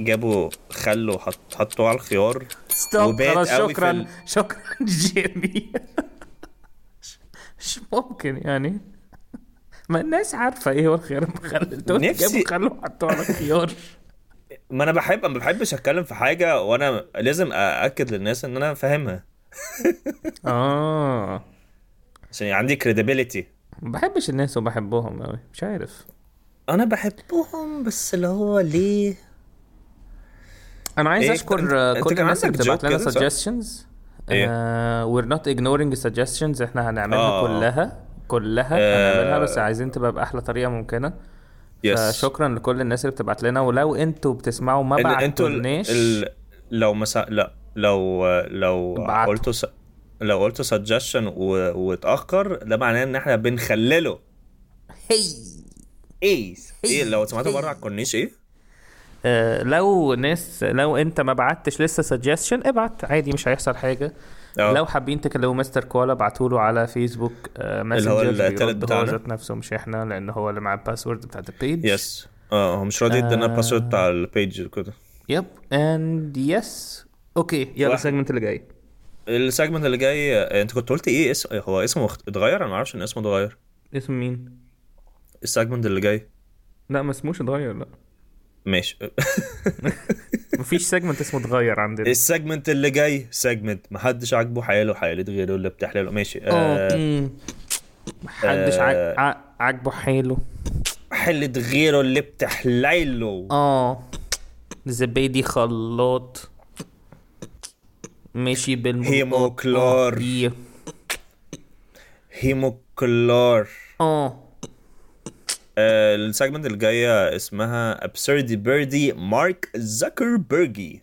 Speaker 2: جابوا خل وحط حطوه على الخيار
Speaker 1: ستوب
Speaker 2: وبعد
Speaker 1: خلاص
Speaker 2: قوي في
Speaker 1: شكرا
Speaker 2: ال-
Speaker 1: شكرا *laughs* جيمي مش ممكن يعني ما الناس عارفه ايه هو الخيار المخلل دول
Speaker 2: نفسي-
Speaker 1: جابوا خلوا حطوه على *laughs* الخيار
Speaker 2: ما انا بحب ما بحبش اتكلم في حاجه وانا لازم ااكد للناس ان انا فاهمها
Speaker 1: اه
Speaker 2: عشان عندي كريديبيليتي
Speaker 1: ما بحبش الناس وبحبهم قوي مش عارف
Speaker 2: انا بحبهم بس اللي هو ليه
Speaker 1: انا عايز
Speaker 2: إيه،
Speaker 1: اشكر
Speaker 2: أنت-
Speaker 1: آه،
Speaker 2: أنت
Speaker 1: كل
Speaker 2: كان
Speaker 1: الناس اللي
Speaker 2: عندك
Speaker 1: بتبعت
Speaker 2: joke
Speaker 1: لنا آه،
Speaker 2: كده، صح؟
Speaker 1: سجستشنز
Speaker 2: إيه؟
Speaker 1: وير نوت اجنورينج سجستشنز احنا هنعملها
Speaker 2: آه.
Speaker 1: كلها كلها
Speaker 2: آه.
Speaker 1: هنعملها بس عايزين تبقى باحلى طريقه ممكنه
Speaker 2: يس
Speaker 1: فشكرا لكل الناس اللي بتبعت لنا ولو انتوا بتسمعوا ما
Speaker 2: إن- انتوا ال...
Speaker 1: بعتولناش
Speaker 2: ال... لو مسا... لا لو لو
Speaker 1: بعتوا.
Speaker 2: قلتوا س... لو قلتوا سجشن و... واتاخر ده معناه ان احنا بنخلله
Speaker 1: هي
Speaker 2: ايه ايه لو سمعتوا بره على الكورنيش ايه
Speaker 1: آه، لو ناس لو انت ما بعتش لسه سجستشن ابعت عادي مش هيحصل حاجه
Speaker 2: آه.
Speaker 1: لو حابين تكلموا مستر كوالا ابعتوا له على فيسبوك آه، ماسنجر
Speaker 2: التالت
Speaker 1: بيرد هو
Speaker 2: بتاعنا.
Speaker 1: ذات نفسه مش احنا لان هو اللي معاه الباسورد بتاعت البيج
Speaker 2: يس اه هو مش راضي يدينا الباسورد بتاع البيج كده
Speaker 1: يب اند يس اوكي يلا
Speaker 2: واحد.
Speaker 1: السيجمنت اللي جاي
Speaker 2: السيجمنت اللي جاي آه، انت كنت قلت ايه اسم هو اسمه اخت- اتغير انا ما اعرفش ان اسمه اتغير
Speaker 1: اسم مين؟
Speaker 2: السيجمنت اللي جاي
Speaker 1: لا ما اسموش اتغير لا
Speaker 2: ماشي
Speaker 1: مفيش سيجمنت اسمه اتغير عندنا
Speaker 2: السيجمنت اللي جاي سيجمنت محدش عاجبه حياله حياله غيره اللي بتحلله ماشي
Speaker 1: اه
Speaker 2: آه
Speaker 1: مم. محدش عاج- ع- عاجبه حاله
Speaker 2: حلة غيره اللي بتحليله آه.
Speaker 1: اه زبادي خلاط ماشي
Speaker 2: هيموكلور.
Speaker 1: بالموكلار آه.
Speaker 2: هيموكلور
Speaker 1: اه
Speaker 2: آه، السيجمنت اللي جايه اسمها absurdity birdie مارك زكربرجي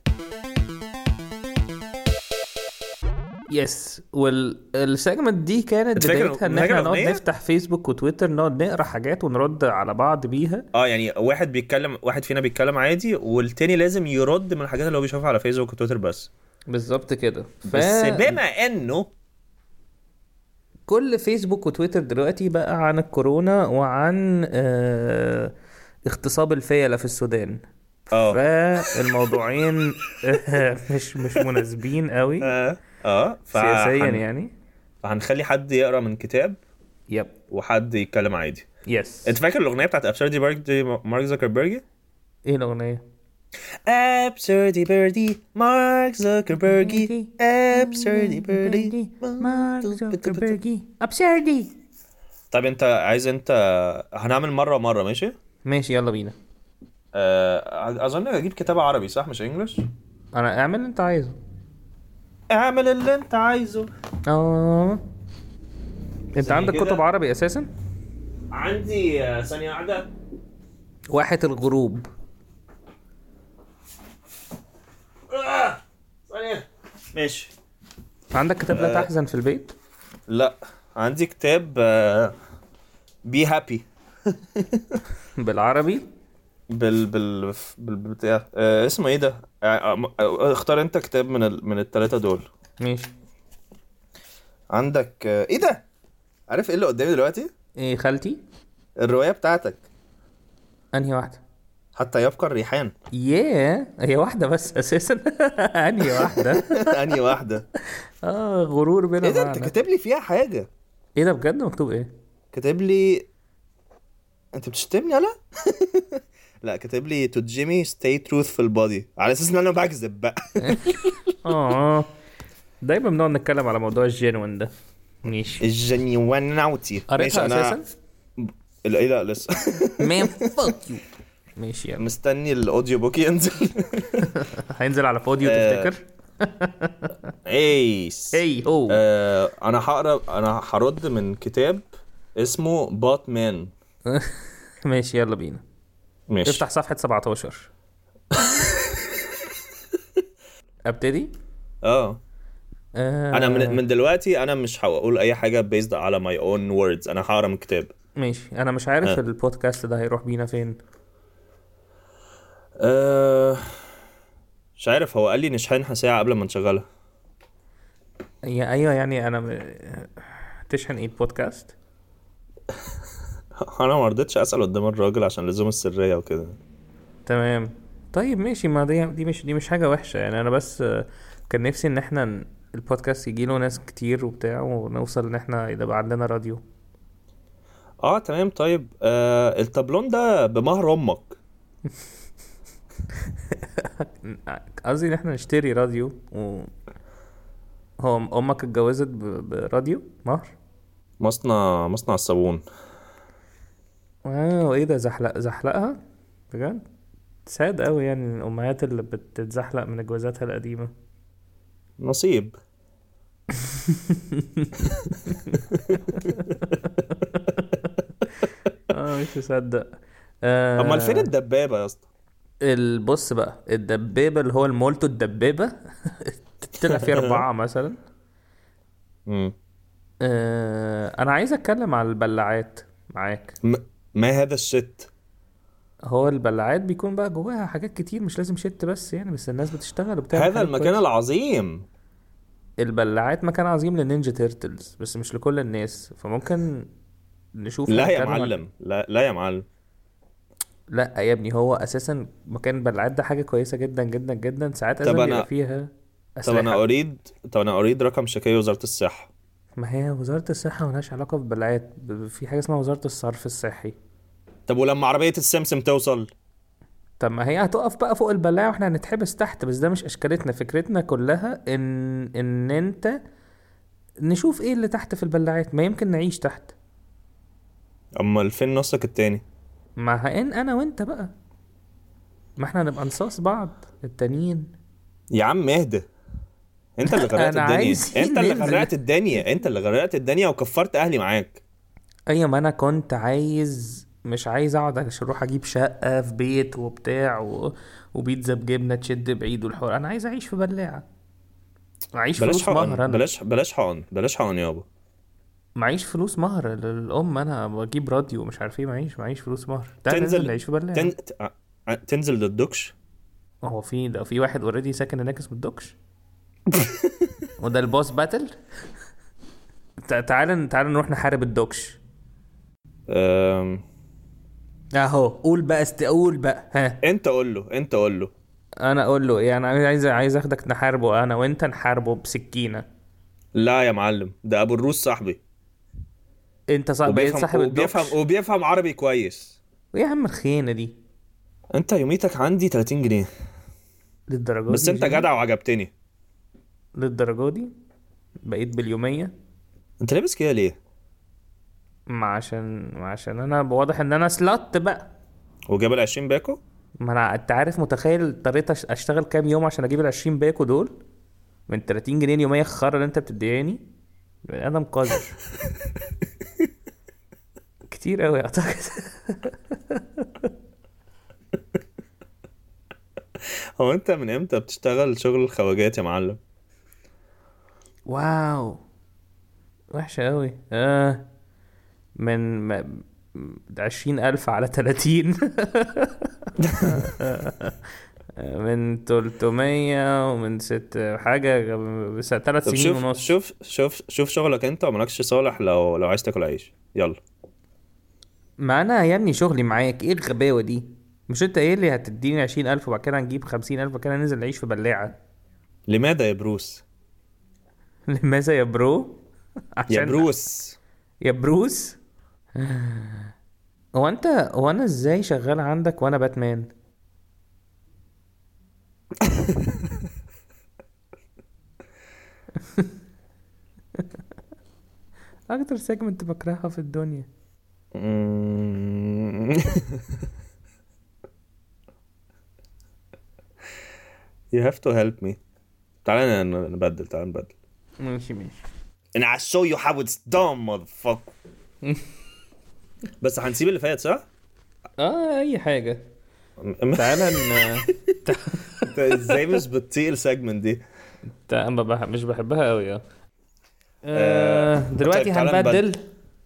Speaker 1: يس والسيجمنت دي كانت
Speaker 2: الفكرة-
Speaker 1: بدايتها ان
Speaker 2: فاكر
Speaker 1: احنا نقعد
Speaker 2: الأغنية؟
Speaker 1: نفتح فيسبوك وتويتر نقعد نقرا حاجات ونرد على بعض بيها
Speaker 2: اه يعني واحد بيتكلم واحد فينا بيتكلم عادي والتاني لازم يرد من الحاجات اللي هو بيشوفها على فيسبوك وتويتر بس
Speaker 1: بالظبط كده ف...
Speaker 2: بس بما انه
Speaker 1: كل فيسبوك وتويتر دلوقتي بقى عن الكورونا وعن آه اغتصاب الفيلة في السودان
Speaker 2: اه
Speaker 1: فالموضوعين *laughs* آه، مش مش مناسبين قوي
Speaker 2: اه اه
Speaker 1: سياسيا
Speaker 2: فهن-
Speaker 1: يعني
Speaker 2: فهنخلي حد يقرا من كتاب
Speaker 1: يب
Speaker 2: وحد يتكلم عادي
Speaker 1: يس
Speaker 2: انت فاكر الاغنيه بتاعت ابسردي بيردي مارك زكربرجي
Speaker 1: ايه الاغنيه
Speaker 2: ابسردي بيردي مارك زكربرجي ابسردي بيردي
Speaker 1: مارك زوكربيرجي ابسردي
Speaker 2: طب طيب انت عايز انت هنعمل مره ومره ماشي
Speaker 1: ماشي يلا بينا
Speaker 2: آه، اظن هجيب كتاب عربي صح مش انجلش
Speaker 1: انا اعمل اللي انت عايزه
Speaker 2: اعمل اللي انت عايزه
Speaker 1: اه انت
Speaker 2: زي
Speaker 1: عندك
Speaker 2: كده.
Speaker 1: كتب عربي اساسا
Speaker 2: عندي آه، ثانيه واحده
Speaker 1: واحة الغروب
Speaker 2: آه، ثانيه ماشي
Speaker 1: عندك كتاب
Speaker 2: آه.
Speaker 1: لا تحزن في البيت
Speaker 2: لا عندي كتاب آه، بي هابي
Speaker 1: بالعربي
Speaker 2: بال بال بال بتاع آه، اسمه ايه ده؟ آه، آه، آه، اختار انت كتاب من ال... من الثلاثه دول
Speaker 1: ماشي
Speaker 2: عندك آه، ايه ده؟ عارف ايه اللي قدامي دلوقتي؟
Speaker 1: ايه خالتي
Speaker 2: الروايه بتاعتك
Speaker 1: انهي واحدة
Speaker 2: حتى يبقى الريحان *laughs*
Speaker 1: ياه هي واحدة بس *laughs* اساسا انهي واحدة
Speaker 2: انهي واحده؟
Speaker 1: اه غرور بلا
Speaker 2: ايه ده انت
Speaker 1: معنى.
Speaker 2: كاتب لي فيها حاجه
Speaker 1: ايه ده بجد مكتوب ايه
Speaker 2: كاتب لي انت بتشتمني يلا؟ *laughs* لا كاتب لي تو جيمي ستي تروث في البادي على اساس ان انا بكذب بقى *laughs*
Speaker 1: اه دايما بنقعد نتكلم على موضوع الجينوين ده ماشي
Speaker 2: الجنيوان ناوتي
Speaker 1: قريتها اساسا
Speaker 2: لا إيه، لا لسه *laughs*
Speaker 1: مان فاك يو ماشي يلا
Speaker 2: مستني الاوديو بوك ينزل *laughs*
Speaker 1: هينزل على بوديو
Speaker 2: آه.
Speaker 1: تفتكر
Speaker 2: ايس
Speaker 1: اي هو
Speaker 2: آه انا هقرا انا هرد من كتاب اسمه باتمان
Speaker 1: ماشي يلا بينا
Speaker 2: ماشي
Speaker 1: افتح صفحة
Speaker 2: *laughs*
Speaker 1: 17 ابتدي
Speaker 2: اه
Speaker 1: آه.
Speaker 2: انا من, من دلوقتي انا مش هقول اي حاجه بيزد على ماي اون ووردز انا هقرا من كتاب
Speaker 1: ماشي انا مش عارف
Speaker 2: آه.
Speaker 1: البودكاست ده هيروح بينا فين
Speaker 2: آه مش عارف هو قال لي نشحنها ساعه قبل ما نشغلها *laughs*
Speaker 1: يا ايوه يعني انا م... تشحن ايه البودكاست
Speaker 2: انا ما رضيتش اسال قدام الراجل عشان لزوم السريه وكده
Speaker 1: تمام طيب ماشي ما دي دي مش دي مش حاجه وحشه يعني انا بس آه، كان نفسي ان احنا ن- البودكاست يجي له ناس كتير وبتاع ونوصل ان احنا يبقى عندنا راديو
Speaker 2: اه تمام طيب آه التابلون ده بمهر امك
Speaker 1: قصدي ان احنا نشتري راديو و هو امك اتجوزت ب... براديو مهر
Speaker 2: مصنع مصنع الصابون
Speaker 1: واو ايه ده زحلق زحلقها بجد ساد قوي يعني الامهات اللي بتتزحلق من جوازاتها القديمه
Speaker 2: نصيب
Speaker 1: اه مش مصدق آه،
Speaker 2: امال فين الدبابه يا اسطى
Speaker 1: البص بقى الدبابه اللي هو المولتو الدبابه *laughs* طلع
Speaker 2: *laughs* آه.
Speaker 1: فيه اربعه مثلا
Speaker 2: مم.
Speaker 1: آه، انا عايز اتكلم على البلاعات معاك
Speaker 2: م- ما هذا الشت
Speaker 1: هو البلاعات بيكون بقى جواها حاجات كتير مش لازم شت بس يعني بس الناس بتشتغل وبتعمل
Speaker 2: هذا
Speaker 1: حاجات
Speaker 2: المكان
Speaker 1: كويسة.
Speaker 2: العظيم
Speaker 1: البلاعات مكان عظيم للنينجا تيرتلز بس مش لكل الناس فممكن نشوف
Speaker 2: لا يا
Speaker 1: هنتكلم عن-
Speaker 2: معلم لا لا يا معلم
Speaker 1: لا يا ابني هو اساسا مكان البلاعات ده حاجه كويسه جدا جدا جدا ساعات
Speaker 2: طب
Speaker 1: اساسا بيبقى
Speaker 2: أنا-
Speaker 1: فيها
Speaker 2: طب
Speaker 1: اسلحه
Speaker 2: انا اريد طب انا اريد رقم شكاية وزارة الصحة
Speaker 1: ما هي وزارة الصحة ملهاش علاقة بالبلاعات ب- في حاجة اسمها وزارة الصرف الصحي
Speaker 2: طب ولما عربية السمسم توصل
Speaker 1: طب ما هي هتقف بقى فوق البلاعة واحنا هنتحبس تحت بس ده مش اشكالتنا فكرتنا كلها ان ان انت نشوف ايه اللي تحت في البلاعات ما يمكن نعيش تحت
Speaker 2: امال فين نصك التاني
Speaker 1: مع ان انا وانت بقى ما احنا هنبقى نصاص بعض التانيين
Speaker 2: يا عم اهدى انت اللي غرقت
Speaker 1: *laughs* أنا
Speaker 2: الدنيا
Speaker 1: عايزين
Speaker 2: انت اللي
Speaker 1: ننزل.
Speaker 2: غرقت الدنيا انت اللي غرقت الدنيا وكفرت اهلي معاك
Speaker 1: ايوه ما انا كنت عايز مش عايز اقعد عشان اروح اجيب شقه في بيت وبتاع و... وبيتزا بجبنه تشد بعيد والحوار انا عايز اعيش في بلاعه معيش
Speaker 2: بلاش
Speaker 1: فلوس مهر
Speaker 2: حقن
Speaker 1: انا
Speaker 2: بلاش بلاش حقن بلاش حقن يابا
Speaker 1: معيش فلوس مهر للام انا بجيب راديو مش عارف ايه معيش معيش فلوس مهر ده
Speaker 2: تنزل-
Speaker 1: لازم اعيش في بلاعه
Speaker 2: تن... ت- ع- ع- تنزل للدكش
Speaker 1: هو في ده في واحد اوريدي ساكن هناك اسمه الدوكش
Speaker 2: *laughs*
Speaker 1: وده البوس باتل تع- تعال تعال نروح نحارب الدوكش
Speaker 2: أم...
Speaker 1: اهو قول بقى است قول بقى ها
Speaker 2: انت قول له انت قول له
Speaker 1: انا اقول له ايه انا عايز عايز اخدك نحاربه انا وانت نحاربه بسكينه
Speaker 2: لا يا معلم ده ابو الروس صاحبي
Speaker 1: انت صاحب آه، بقيت صاحب
Speaker 2: وبيفهم
Speaker 1: الدوكش
Speaker 2: وبيفهم وبيفهم عربي كويس
Speaker 1: ايه يا عم الخيانه دي
Speaker 2: انت يوميتك عندي 30 جنيه
Speaker 1: للدرجه
Speaker 2: بس
Speaker 1: دي
Speaker 2: انت
Speaker 1: جيمي؟
Speaker 2: جدع وعجبتني
Speaker 1: للدرجه دي بقيت باليوميه
Speaker 2: انت لابس كده ليه
Speaker 1: ما عشان ما عشان انا واضح ان انا سلط بقى
Speaker 2: وجاب ال 20 باكو
Speaker 1: ما انا انت عارف متخيل اضطريت أش- اشتغل كام يوم عشان اجيب ال 20 باكو دول من 30 جنيه اليوميه الخرا اللي انت بتديهاني بني ادم
Speaker 2: *laughs*
Speaker 1: قذر كتير قوي اعتقد
Speaker 2: هو انت من امتى بتشتغل شغل الخواجات يا معلم
Speaker 1: واو وحشه قوي اه من م- عشرين ألف على تلاتين *laughs* من تلتمية ومن ست حاجة بس تلات سنين
Speaker 2: طب شوف
Speaker 1: ونص
Speaker 2: شوف شوف شوف شغلك انت ومالكش صالح لو لو عايز تاكل عيش يلا
Speaker 1: ما انا يا ابني شغلي معاك ايه الغباوة دي مش انت ايه اللي هتديني عشرين الف وبعد كده هنجيب خمسين الف وبعد كده ننزل نعيش في بلاعة *laughs*
Speaker 2: لماذا يا بروس
Speaker 1: لماذا يا برو
Speaker 2: يا
Speaker 1: عشان
Speaker 2: بروس *laughs*
Speaker 1: يا بروس هو انت هو انا ازاي شغال عندك وانا باتمان اكتر سيجمنت بكرهها في الدنيا
Speaker 2: أمم. you have to help me تعالى ن- نبدل تعالى نبدل
Speaker 1: ماشي ماشي
Speaker 2: and I show you how it's done motherfucker بس هنسيب اللي فات صح؟
Speaker 1: اه اي حاجة
Speaker 2: *laughs* تعالى
Speaker 1: ن-
Speaker 2: انت ازاي مش بتطيق السيجمنت دي؟
Speaker 1: تا- ما بح... مش بحبها قوي اه
Speaker 2: آه،
Speaker 1: آه، دلوقتي
Speaker 2: طيب تعالى
Speaker 1: هنبدل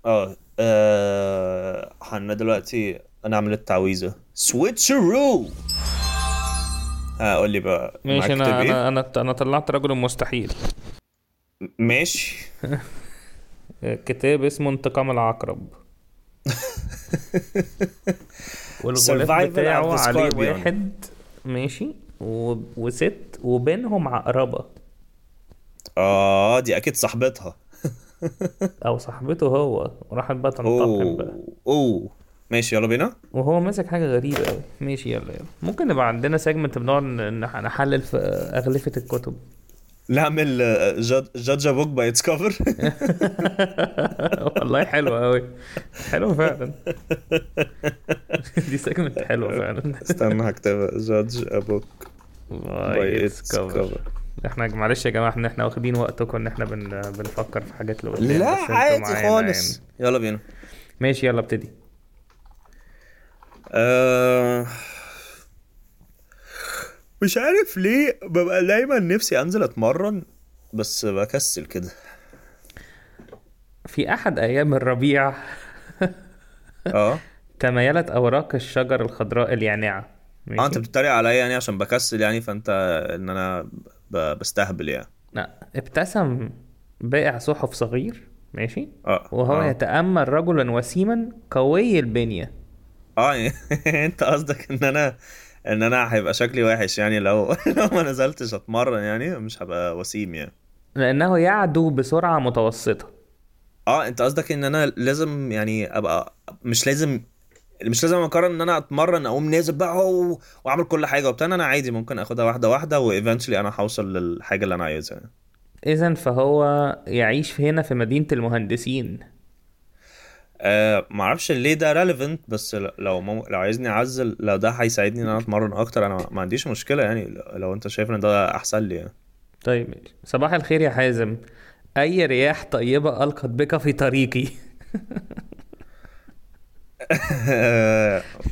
Speaker 2: اه آه، هن دلوقتي نعمل التعويذه سويتشرو اه قول لي بقى معاك
Speaker 1: ماشي
Speaker 2: كتاب
Speaker 1: انا
Speaker 2: ايه؟
Speaker 1: انا انا انا طلعت رجل مستحيل
Speaker 2: ماشي
Speaker 1: كتاب اسمه انتقام *laughs* العقرب والغلاف
Speaker 2: Survival
Speaker 1: بتاعه
Speaker 2: of the
Speaker 1: عليه
Speaker 2: Scorpion.
Speaker 1: واحد ماشي و... وست وبينهم عقربة
Speaker 2: اه دي اكيد صاحبتها
Speaker 1: أو صاحبته هو وراحت بقى تنتقم بقى
Speaker 2: اوه اوه ماشي يلا بينا
Speaker 1: وهو ماسك حاجة غريبة أوي ماشي يلا يلا ممكن نبقى عندنا سيجمنت بنقعد نح- نحلل في أغلفة الكتب *laughs*
Speaker 2: نعمل جادجا بوك باي اتس كفر
Speaker 1: *laughs* والله حلوة أوي حلوة *laughs* فعلا دي سيجمنت حلوة *laughs* فعلا
Speaker 2: استنى هكتبها جادج بوك باي اتس كفر
Speaker 1: احنا معلش يا جماعه احنا احنا واخدين وقتكم ان احنا بن... بنفكر في حاجات لقدام
Speaker 2: لا
Speaker 1: بس انتوا
Speaker 2: عادي
Speaker 1: معانا
Speaker 2: خالص
Speaker 1: يعني.
Speaker 2: يلا بينا
Speaker 1: ماشي يلا ابتدي
Speaker 2: آه، مش عارف ليه ببقى دايما نفسي انزل اتمرن بس بكسل
Speaker 1: *laughs*
Speaker 2: كده
Speaker 1: في احد ايام الربيع
Speaker 2: اه
Speaker 1: تمايلت اوراق الشجر الخضراء اليانعه
Speaker 2: اه
Speaker 1: ماشي
Speaker 2: انت بتتريق عليا يعني عشان بكسل يعني فانت ان انا ب- بستهبل يعني
Speaker 1: لا ابتسم بائع صحف صغير ماشي
Speaker 2: اه
Speaker 1: وهو
Speaker 2: آه.
Speaker 1: يتامل رجلا وسيما قوي البنيه
Speaker 2: اه يعني *laughs* انت قصدك ان انا ان انا هيبقى شكلي وحش يعني لو *laughs* لو ما نزلتش اتمرن يعني مش هبقى وسيم يعني
Speaker 1: لانه يعدو بسرعه متوسطه
Speaker 2: اه انت قصدك ان انا لازم يعني ابقى مش لازم مش لازم اقرر ان انا اتمرن اقوم نازل بقى و- واعمل كل حاجه وبتاع انا عادي ممكن اخدها واحده واحده وايفنتشلي انا هوصل للحاجه اللي انا عايزها يعني.
Speaker 1: اذا فهو يعيش هنا في مدينه المهندسين
Speaker 2: آه معرفش ليه ده ريليفنت بس ل- لو مم... لو عايزني اعزل لو ده هيساعدني ان انا اتمرن اكتر انا ما عنديش مشكله يعني لو- لو انت شايف ان ده احسن لي يعني.
Speaker 1: طيب ماشي صباح الخير يا حازم *laughs* أي رياح طيبة ألقت بك في طريقي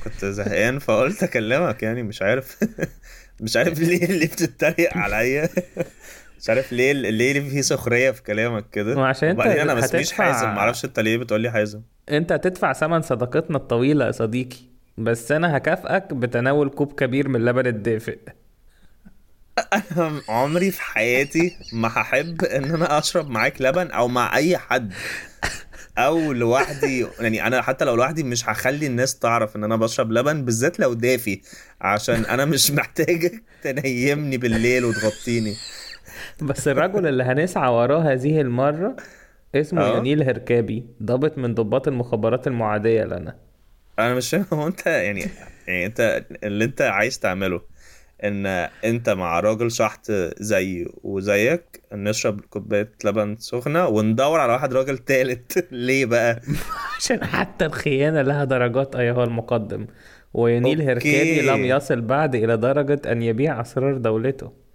Speaker 2: كنت زهقان فقلت اكلمك يعني مش عارف *laughs* مش عارف ليه ليه بتتريق عليا *laughs* مش عارف ليه ليه ليه في سخريه في كلامك كده
Speaker 1: ما عشان انت
Speaker 2: وبعدين انا ما اسميش
Speaker 1: هتدفع-
Speaker 2: حازم معرفش انت ليه بتقول لي حازم *laughs*
Speaker 1: انت هتدفع ثمن صداقتنا الطويله يا صديقي بس انا هكافئك بتناول كوب كبير من اللبن الدافئ *laughs*
Speaker 2: عمري في حياتي ما هحب ان انا اشرب معاك لبن او مع اي حد او لوحدي يعني انا حتى لو لوحدي مش هخلي الناس تعرف ان انا بشرب لبن بالذات لو دافي عشان انا مش *laughs* محتاجك تنيمني بالليل وتغطيني
Speaker 1: بس الرجل اللي هنسعى وراه هذه المره اسمه
Speaker 2: اه.
Speaker 1: يونيل هركابي ضابط من ضباط المخابرات المعاديه لنا
Speaker 2: انا مش فاهم هو انت يعني يعني انت اللي انت عايز تعمله ان انت مع راجل شحت زيي وزيك نشرب كوبايه لبن سخنه وندور على واحد راجل تالت *laughs* ليه بقى
Speaker 1: عشان حتى الخيانه لها درجات ايها المقدم ويونيل
Speaker 2: اوكي.
Speaker 1: هركابي لم يصل بعد الى درجه ان يبيع اسرار دولته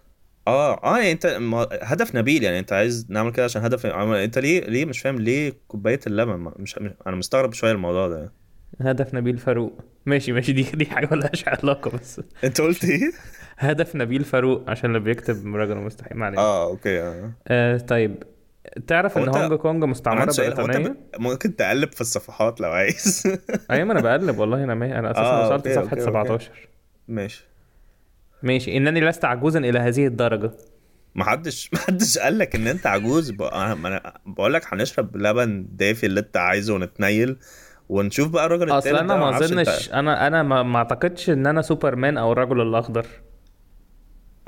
Speaker 2: اه اه يعني انت ما- هدف نبيل يعني انت عايز نعمل كده عشان هدف عمل- انت ليه ليه مش فاهم ليه كوبايه اللبن ما- مش مش- انا مستغرب شويه الموضوع ده
Speaker 1: هدف نبيل فاروق ماشي ماشي دي دي حاجه ملهاش علاقه بس
Speaker 2: انت قلت ايه؟
Speaker 1: هدف نبيل فاروق عشان اللي بيكتب رجل مستحيل معلش آه.
Speaker 2: اه اوكي اه
Speaker 1: آه طيب تعرف
Speaker 2: هو
Speaker 1: ان
Speaker 2: انت-
Speaker 1: هونج كونج
Speaker 2: انا
Speaker 1: مستعمره
Speaker 2: عندي سؤال هو انت
Speaker 1: بريطانيه
Speaker 2: ب- *laughs* ممكن تقلب في الصفحات لو عايز *laughs*
Speaker 1: ايوه ما انا بقلب والله انا ما انا اساسا
Speaker 2: آه،
Speaker 1: وصلت
Speaker 2: أوكي،
Speaker 1: صفحه
Speaker 2: أوكي، أوكي.
Speaker 1: 17
Speaker 2: ماشي
Speaker 1: ماشي انني لست عجوزا الى هذه الدرجه
Speaker 2: محدش *laughs* محدش قال لك ان انت عجوز ب... انا ما انا بقول لك هنشرب لبن دافي اللي انت عايزه ونتنيل ونشوف بقى الراجل التالت
Speaker 1: اصل
Speaker 2: ده،
Speaker 1: انا ما
Speaker 2: معرفش انت-
Speaker 1: اظنش انا انا ما ما اعتقدش ان انا سوبرمان او الرجل الاخضر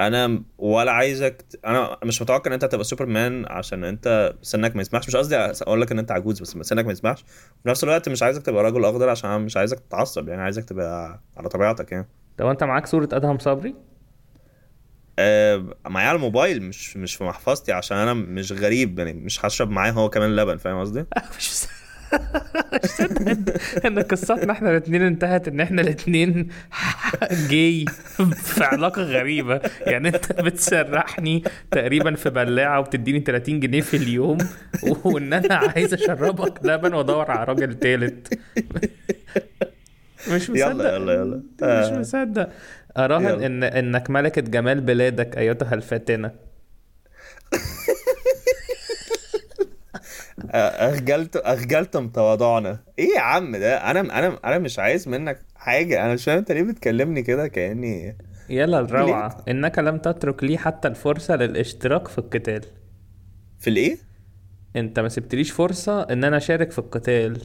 Speaker 2: انا ولا عايزك ت- انا مش متوقع ان انت هتبقى سوبرمان عشان انت سنك ما يسمحش مش قصدي اقول لك ان انت عجوز بس سنك ما يسمحش في نفس الوقت مش عايزك تبقى راجل اخضر عشان أنا مش عايزك تتعصب يعني عايزك تبقى على طبيعتك يعني
Speaker 1: لو انت معاك صوره ادهم صبري
Speaker 2: أه معايا على الموبايل مش مش في محفظتي عشان انا مش غريب يعني مش هشرب معاه هو كمان لبن فاهم قصدي
Speaker 1: *laughs* مش مصدق- مش مصدق ان- ان قصتنا احنا الاثنين انتهت ان احنا الاثنين *laughs* جاي في علاقه غريبه يعني انت بتسرحني تقريبا في بلاعه وبتديني 30 جنيه في اليوم وان انا عايز اشربك لبن وادور على راجل ثالث مش
Speaker 2: يلا،
Speaker 1: مصدق
Speaker 2: يلا، يلا.
Speaker 1: مش
Speaker 2: آه.
Speaker 1: مصدق اراهن
Speaker 2: يلا.
Speaker 1: ان انك ملكه جمال بلادك ايتها الفاتنه
Speaker 2: اخجلت اخجلتم تواضعنا ايه يا عم ده انا انا انا مش عايز منك حاجه انا مش فاهم انت ليه بتكلمني كده كاني
Speaker 1: يلا الروعه انك لم تترك لي حتى الفرصه للاشتراك في القتال
Speaker 2: في الايه
Speaker 1: انت ما سبتليش فرصة ان انا اشارك في القتال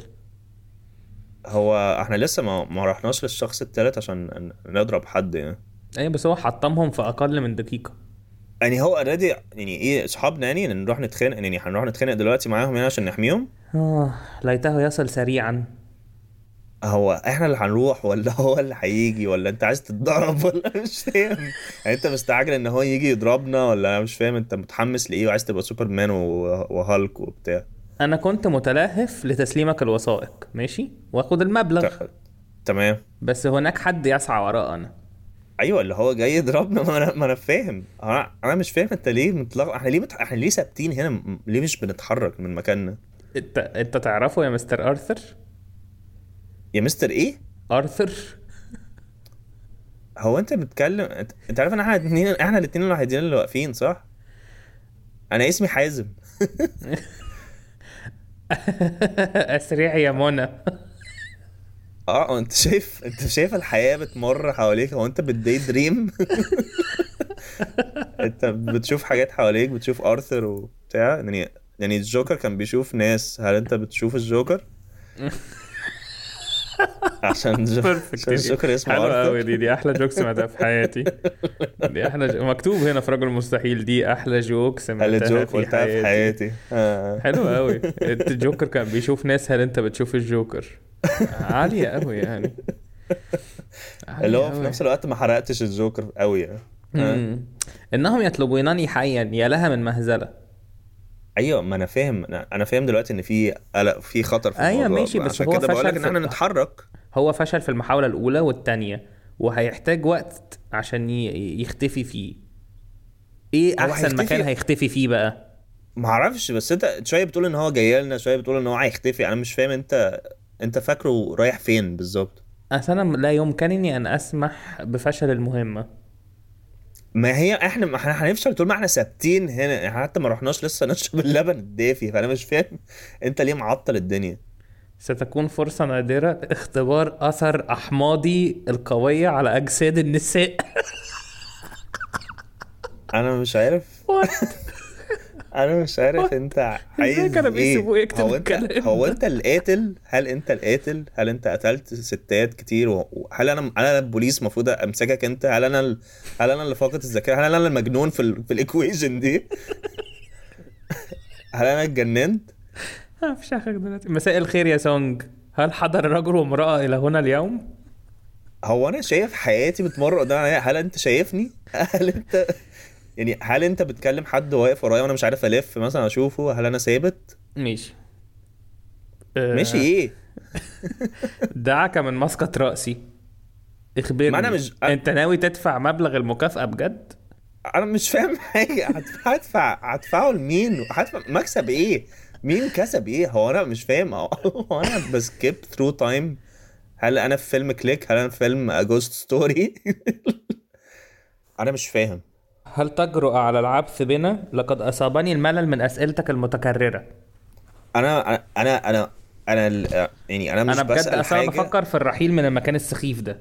Speaker 2: هو احنا لسه ما ما رحناش للشخص التالت عشان ن- نضرب حد يعني
Speaker 1: اي بس هو حطمهم في اقل من دقيقة
Speaker 2: يعني هو اوريدي يعني ايه اصحابنا يعني نروح نتخانق يعني هنروح نتخانق دلوقتي معاهم يعني عشان نحميهم
Speaker 1: اه ليته يصل سريعا
Speaker 2: هو احنا اللي هنروح ولا *laughs* هو اللي هيجي ولا انت عايز تتضرب *laughs* ولا مش فاهم يعني انت مستعجل ان هو يجي يضربنا ولا أنا مش فاهم انت متحمس لايه وعايز تبقى سوبرمان و- وهالك وبتاع
Speaker 1: انا كنت متلهف لتسليمك الوثائق ماشي واخد المبلغ
Speaker 2: ت- تمام
Speaker 1: بس هناك حد يسعى وراءنا
Speaker 2: ايوه اللي هو جاي يضربنا ما انا ما انا فاهم انا انا مش فاهم انت ليه متلخبط احنا ليه مت... احنا ليه ثابتين هنا م- ليه مش بنتحرك من مكاننا
Speaker 1: انت انت تعرفه يا مستر ارثر
Speaker 2: يا مستر ايه
Speaker 1: *laughs* ارثر
Speaker 2: هو انت بتتكلم انت, انت عارف ان احنا الاثنين احنا الاثنين الوحيدين اللي واقفين صح انا اسمي حازم
Speaker 1: اسريع يا منى
Speaker 2: اه انت شايف انت شايف الحياه بتمر حواليك هو انت بالداي دريم *laughs* انت بتشوف حاجات حواليك بتشوف ارثر وبتاع يعني يعني الجوكر كان بيشوف ناس هل انت
Speaker 1: *laughs*
Speaker 2: بتشوف الجوكر عشان جو-
Speaker 1: بيرفكت
Speaker 2: عشان الجوكر اسمه
Speaker 1: حلوة قوي
Speaker 2: ارثر
Speaker 1: دي دي احلى جوك سمعتها في حياتي دي احلى جو... مكتوب هنا في رجل مستحيل دي احلى جوك
Speaker 2: قال
Speaker 1: سمعتها
Speaker 2: الجوك
Speaker 1: في
Speaker 2: قلتها في
Speaker 1: حياتي
Speaker 2: حياتي آه.
Speaker 1: حلو قوي الجوكر كان بيشوف ناس هل انت بتشوف الجوكر عالية قوي يعني عالية
Speaker 2: *laughs* اللي هو في
Speaker 1: قوي.
Speaker 2: نفس الوقت ما حرقتش الجوكر قوي يعني آه.
Speaker 1: مم. انهم يطلبونني حيا يا لها من مهزله
Speaker 2: ايوه ما انا فاهم انا أنا فاهم دلوقتي ان في قلق في خطر في
Speaker 1: أيوة
Speaker 2: الموضوع
Speaker 1: ماشي، بس
Speaker 2: عشان
Speaker 1: هو
Speaker 2: كده بقول
Speaker 1: فشل
Speaker 2: لك ان
Speaker 1: في-
Speaker 2: احنا نتحرك
Speaker 1: هو فشل في المحاوله الاولى والثانيه وهيحتاج وقت عشان ي- يختفي فيه ايه
Speaker 2: هو
Speaker 1: احسن
Speaker 2: هيختفي-
Speaker 1: مكان هيختفي فيه بقى
Speaker 2: ما اعرفش بس انت شويه بتقول ان هو جاي لنا شويه بتقول ان هو هيختفي انا مش فاهم انت انت فاكره رايح فين بالظبط
Speaker 1: أصل أنا لا يمكنني أن أسمح بفشل المهمة
Speaker 2: ما هي احنا ما احنا هنفشل طول ما احنا ثابتين هنا إحنا حتى ما رحناش لسه نشرب اللبن الدافي فانا مش فاهم انت ليه معطل الدنيا
Speaker 1: ستكون فرصة نادرة لاختبار أثر أحماضي القوية على أجساد النساء *laughs*
Speaker 2: انا مش عارف انا مش عارف انت عايز
Speaker 1: كانوا
Speaker 2: ايه
Speaker 1: بيسيبوه يكتب
Speaker 2: هو
Speaker 1: الكلام
Speaker 2: انت
Speaker 1: ده؟
Speaker 2: هو انت القاتل هل انت القاتل هل انت قتلت ستات كتير و- وهل انا انا البوليس المفروض امسكك انت هل انا ال... هل انا اللي فاقد الذاكره هل انا المجنون في ال... في الايكويشن دي هل انا اتجننت
Speaker 1: هفشخك دلوقتي مساء الخير يا سونج هل حضر رجل وامرأة إلى هنا اليوم؟
Speaker 2: هو انا شايف حياتي بتمر قدام عينيا هل انت شايفني هل انت يعني هل انت بتكلم حد واقف ورايا وانا مش عارف الف مثلا اشوفه هل انا ثابت
Speaker 1: ماشي
Speaker 2: ماشي ايه
Speaker 1: آه، دعك من مسقط رأسي اخبرني
Speaker 2: ما أنا مش-
Speaker 1: انت ناوي تدفع مبلغ المكافأة بجد؟
Speaker 2: انا مش فاهم حاجه هدف- هدفع هدفعه لمين هدفع مكسب ايه مين كسب ايه هو انا مش فاهم هو هو انا بسكيب ثرو تايم هل انا في فيلم كليك هل انا في فيلم جوست ستوري *laughs* انا مش فاهم
Speaker 1: هل تجرؤ على العبث بنا؟ لقد أصابني الملل من أسئلتك المتكررة
Speaker 2: انا انا انا انا, أنا ال- يعني انا مش
Speaker 1: أنا بجد
Speaker 2: بسال
Speaker 1: أصلا
Speaker 2: حاجه
Speaker 1: بفكر في الرحيل من المكان السخيف ده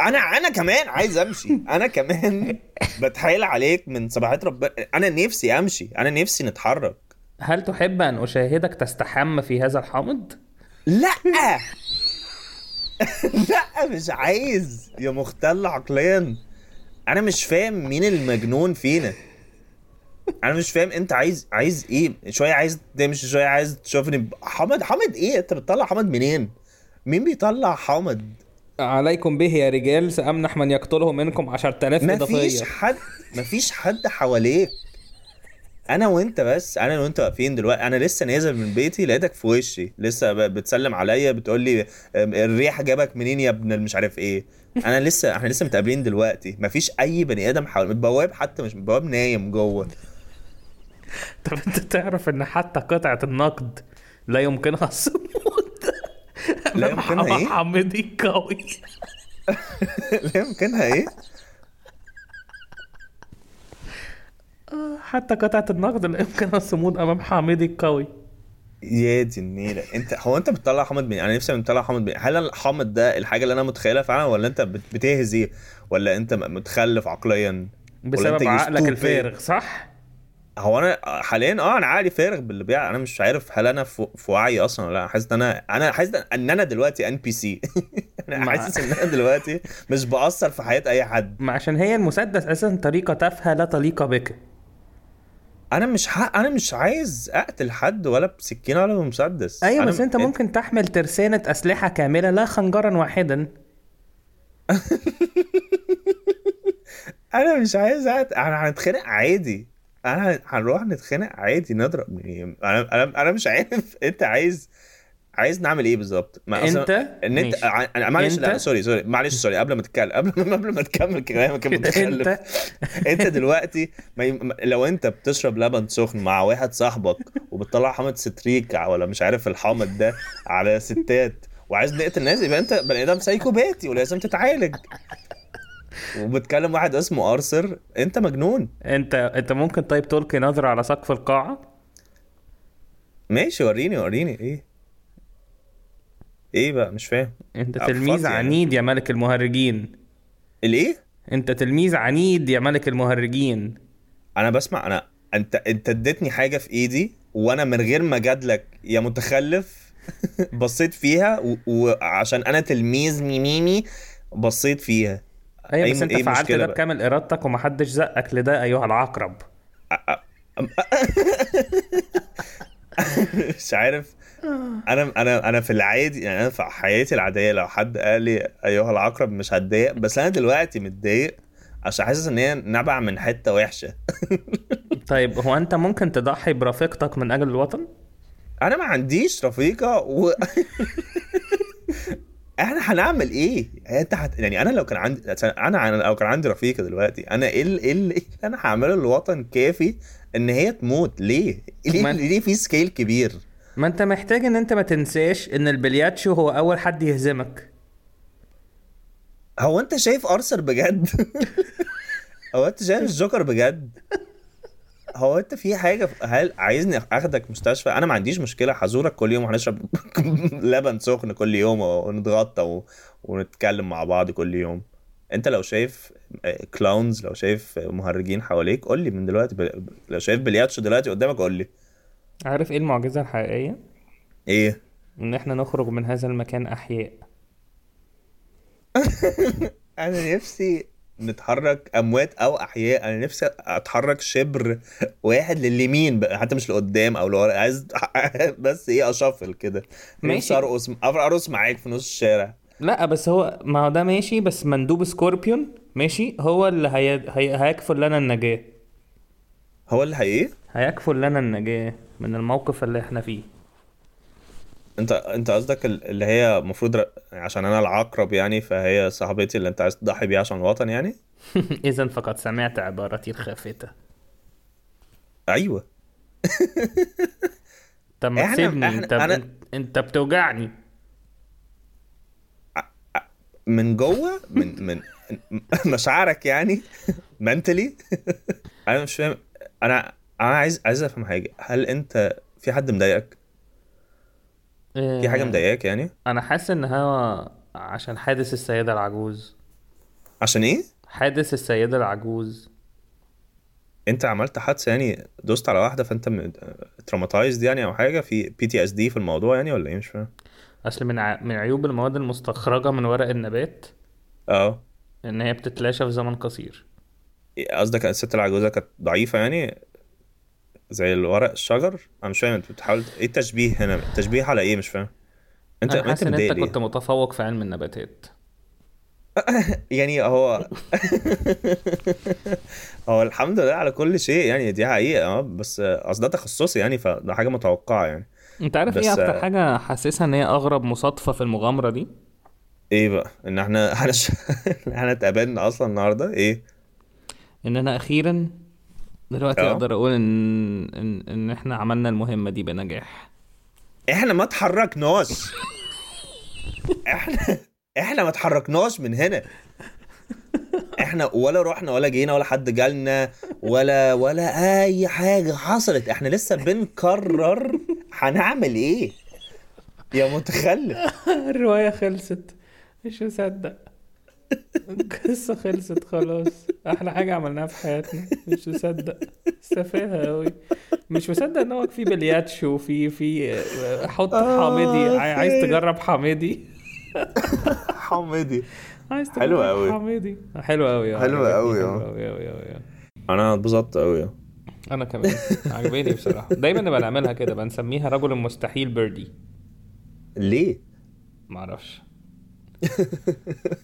Speaker 2: انا انا كمان عايز امشي انا
Speaker 1: *laughs*
Speaker 2: كمان بتحايل عليك من صباحات ربنا انا نفسي امشي انا نفسي نتحرك
Speaker 1: هل تحب أن أشاهدك تستحم في هذا الحامض؟
Speaker 2: لا *laughs* لا مش عايز يا مختل عقليا انا مش فاهم مين المجنون فينا انا مش فاهم انت عايز عايز ايه شويه عايز تمشي شويه عايز تشوفني ب- حمد حمد ايه انت بتطلع حمد منين مين بيطلع حمد
Speaker 1: عليكم به يا رجال سأمنح من يقتله منكم 10000
Speaker 2: مفيش حد مفيش حد حواليك انا وانت بس انا وانت واقفين دلوقتي انا لسه نازل من بيتي لقيتك في وشي لسه ب- بتسلم عليا بتقول لي أم، الريحه جابك منين يا ابن مش عارف ايه انا لسه احنا لسه متقابلين دلوقتي مفيش اي بني ادم حوالي البواب حتى مش البواب نايم جوه *laughs*
Speaker 1: طب انت تعرف ان حتى قطعة النقد لا يمكنها الصمود
Speaker 2: *laughs* لا يمكنها ايه؟
Speaker 1: حمدي قوي
Speaker 2: لا يمكنها ايه
Speaker 1: حتى قطعة النقد لا يمكنها الصمود امام حامدي القوي
Speaker 2: يا دي النيله انت هو انت بتطلع حامض منين انا نفسي بتطلع حامض منين هل الحامض ده الحاجه اللي انا متخيلها فعلا ولا انت بت- بتهزي ولا انت م- متخلف عقليا ولا انت
Speaker 1: بسبب عقلك
Speaker 2: stupid؟
Speaker 1: الفارغ صح؟
Speaker 2: هو انا حاليا اه انا عقلي فارغ بالبيع انا مش عارف هل انا في في وعي اصلا ولا لا. حاسس ان انا انا حاسس ان انا دلوقتي ان بي *laughs* سي انا
Speaker 1: مع-
Speaker 2: حاسس ان انا دلوقتي مش باثر في حياه اي حد
Speaker 1: ما عشان هي المسدس اساسا طريقة تافهة لا طليقة بك
Speaker 2: انا مش ح... انا مش عايز اقتل حد ولا بسكينه ولا بمسدس
Speaker 1: ايوه
Speaker 2: أنا...
Speaker 1: بس انت
Speaker 2: *laughs*
Speaker 1: ممكن تحمل ترسانة اسلحة كاملة لا خنجرا واحدا
Speaker 2: انا مش عايز أقتل... انا هنتخانق عادي انا هنروح نتخانق عادي نضرب يعني انا انا انا مش عارف انت عايز عايز نعمل ايه بالظبط ما أصلا-
Speaker 1: انت
Speaker 2: ان انت
Speaker 1: ماشي.
Speaker 2: ع- أنا- معلش لا
Speaker 1: أنت-
Speaker 2: سوري سوري معلش سوري قبل ما تتكلم قبل *laughs* ما قبل ما تكمل كلامك المتخلف
Speaker 1: انت
Speaker 2: انت دلوقتي ما ي... ما- لو انت بتشرب لبن سخن مع واحد صاحبك وبتطلع حامض ستريكا ولا مش عارف الحامض ده على ستات وعايز نقتل الناس يبقى انت بني ادم سايكوباتي ولازم تتعالج وبتكلم واحد اسمه ارثر انت مجنون
Speaker 1: انت انت ممكن طيب تلقي نظرة على سقف القاعة
Speaker 2: ماشي وريني وريني ايه ايه بقى مش فاهم
Speaker 1: انت
Speaker 2: أب
Speaker 1: تلميذ
Speaker 2: فاضي يعني.
Speaker 1: عنيد يا ملك المهرجين
Speaker 2: الايه
Speaker 1: انت تلميذ عنيد يا ملك المهرجين
Speaker 2: انا بسمع انا انت انت اديتني حاجه في ايدي وانا من غير ما جادلك يا متخلف *laughs* بصيت فيها و- وعشان انا تلميذ ميميمي بصيت فيها *laughs*
Speaker 1: ايوه
Speaker 2: أي-
Speaker 1: بس انت
Speaker 2: ايه
Speaker 1: فعلت
Speaker 2: المشكلة
Speaker 1: ده
Speaker 2: بقى؟
Speaker 1: بكامل ارادتك ومحدش زقك لده ايها العقرب
Speaker 2: مش عارف انا انا انا في العادي يعني انا في حياتي العاديه لو حد قال لي ايها العقرب مش هتضايق بس انا دلوقتي متضايق عشان حاسس ان هي نبع من حته وحشه
Speaker 1: طيب هو انت ممكن تضحي برفيقتك من اجل الوطن؟
Speaker 2: انا ما عنديش رفيقه و احنا هنعمل ايه؟ انت هت... يعني انا لو كان عندي انا انا لو كان عندي رفيقه دلوقتي انا ايه ال- ايه ال- إيه اللي انا هعمله للوطن كافي ان هي تموت ليه؟ ليه,
Speaker 1: ما-
Speaker 2: ليه في سكيل كبير؟
Speaker 1: ما انت محتاج ان انت ما تنساش ان البلياتشو هو اول حد يهزمك
Speaker 2: هو انت شايف ارثر بجد هو انت شايف الجوكر بجد هو انت في حاجه في- هل عايزني اخدك مستشفى انا ما عنديش مشكله هزورك كل يوم وهنشرب *laughs* لبن سخن كل يوم ونتغطى و... ونتكلم مع بعض كل يوم انت لو شايف كلاونز لو شايف مهرجين حواليك قول لي من دلوقتي ب... لو شايف بلياتشو دلوقتي قدامك قول لي
Speaker 1: عارف ايه المعجزه الحقيقيه
Speaker 2: ايه
Speaker 1: ان احنا نخرج من هذا المكان احياء
Speaker 2: انا نفسي نتحرك اموات او احياء انا نفسي اتحرك شبر واحد لليمين بقى حتى مش لقدام او لورا عايز *laughs* بس ايه اشفل كده
Speaker 1: ماشي.
Speaker 2: ماشي ارقص ارقص معاك في نص الشارع
Speaker 1: لا بس هو ما هو ده ماشي بس مندوب سكوربيون ماشي هو اللي هي... هي... هيكفل لنا النجاه
Speaker 2: هو اللي إيه؟ حقيقي
Speaker 1: هيكفل لنا النجاه من الموقف اللي احنا فيه *laughs*
Speaker 2: انت انت قصدك ال- اللي هي المفروض ر- عشان انا العقرب يعني فهي صاحبتي اللي انت عايز تضحي بيها عشان الوطن يعني
Speaker 1: اذا فقد سمعت عبارتي الخافته
Speaker 2: ايوه
Speaker 1: طب ما
Speaker 2: احنا-
Speaker 1: تسيبني
Speaker 2: احنا-
Speaker 1: انت
Speaker 2: أنا-
Speaker 1: أنا... انت بتوجعني
Speaker 2: من جوه من من *laughs* مشاعرك يعني *laughs* منتلي انا مش فاهم انا انا عايز عايز افهم حاجه هل انت في حد مضايقك في حاجه مضايقاك يعني
Speaker 1: انا آه، حاسس ان هو عشان حادث السيده العجوز
Speaker 2: عشان ايه
Speaker 1: حادث السيده العجوز
Speaker 2: انت عملت حادثه يعني دوست على واحده فانت تروماتايزد آه، يعني او حاجه في بي تي اس دي في الموضوع يعني ولا ايه مش فاهم
Speaker 1: اصل من ع... من عيوب المواد المستخرجه من ورق النبات
Speaker 2: اه
Speaker 1: ان هي بتتلاشى في زمن قصير
Speaker 2: قصدك الست العجوزه كانت ضعيفه يعني زي الورق الشجر انا مش فاهم انت بتحاول ايه التشبيه هنا التشبيه على ايه مش فاهم انت
Speaker 1: انا حاسس ان
Speaker 2: مضايق
Speaker 1: انت
Speaker 2: ليه؟
Speaker 1: كنت متفوق في علم النباتات
Speaker 2: يعني هو *laughs* هو الحمد لله على كل شيء يعني دي حقيقة اه بس اصل ده تخصصي يعني فده حاجة متوقعة يعني
Speaker 1: انت عارف ايه
Speaker 2: بس-
Speaker 1: اكتر حاجه حاسسها ان هي اغرب مصادفه في المغامره دي
Speaker 2: ايه بقى ان *laughs* احنا احنا ش... احنا اتقابلنا اصلا النهاردة ايه
Speaker 1: ان انا اخيرا دلوقتي
Speaker 2: اه.
Speaker 1: اقدر اقول ان ان, إن احنا عملنا المهمه دي بنجاح
Speaker 2: احنا ما اتحركناش احنا احنا ما اتحركناش من هنا احنا ولا رحنا ولا جينا ولا حد جالنا ولا ولا اي حاجة حصلت احنا لسه بنقرر هنعمل ايه يا متخلف
Speaker 1: الروايه خلصت مش مصدق القصة خلصت خلاص أحلى حاجة عملناها في حياتنا مش مصدق سفاهة أوي مش مصدق إن هو في بلياتشو في في حط
Speaker 2: آه،
Speaker 1: حامدي عاي- عايز
Speaker 2: خير.
Speaker 1: تجرب حامدي
Speaker 2: حميدي
Speaker 1: عايز
Speaker 2: حلوة
Speaker 1: تجرب
Speaker 2: أوي.
Speaker 1: حامدي حلوة أوي آه،
Speaker 2: حلوة
Speaker 1: عجبتني،
Speaker 2: أوي، آه.
Speaker 1: حلوة أوي أوي أوي آه.
Speaker 2: انا اتبسطت قوي
Speaker 1: انا كمان عجباني بصراحه دايما انا بنعملها كده بنسميها رجل المستحيل بيردي
Speaker 2: ليه *laughs*
Speaker 1: معرفش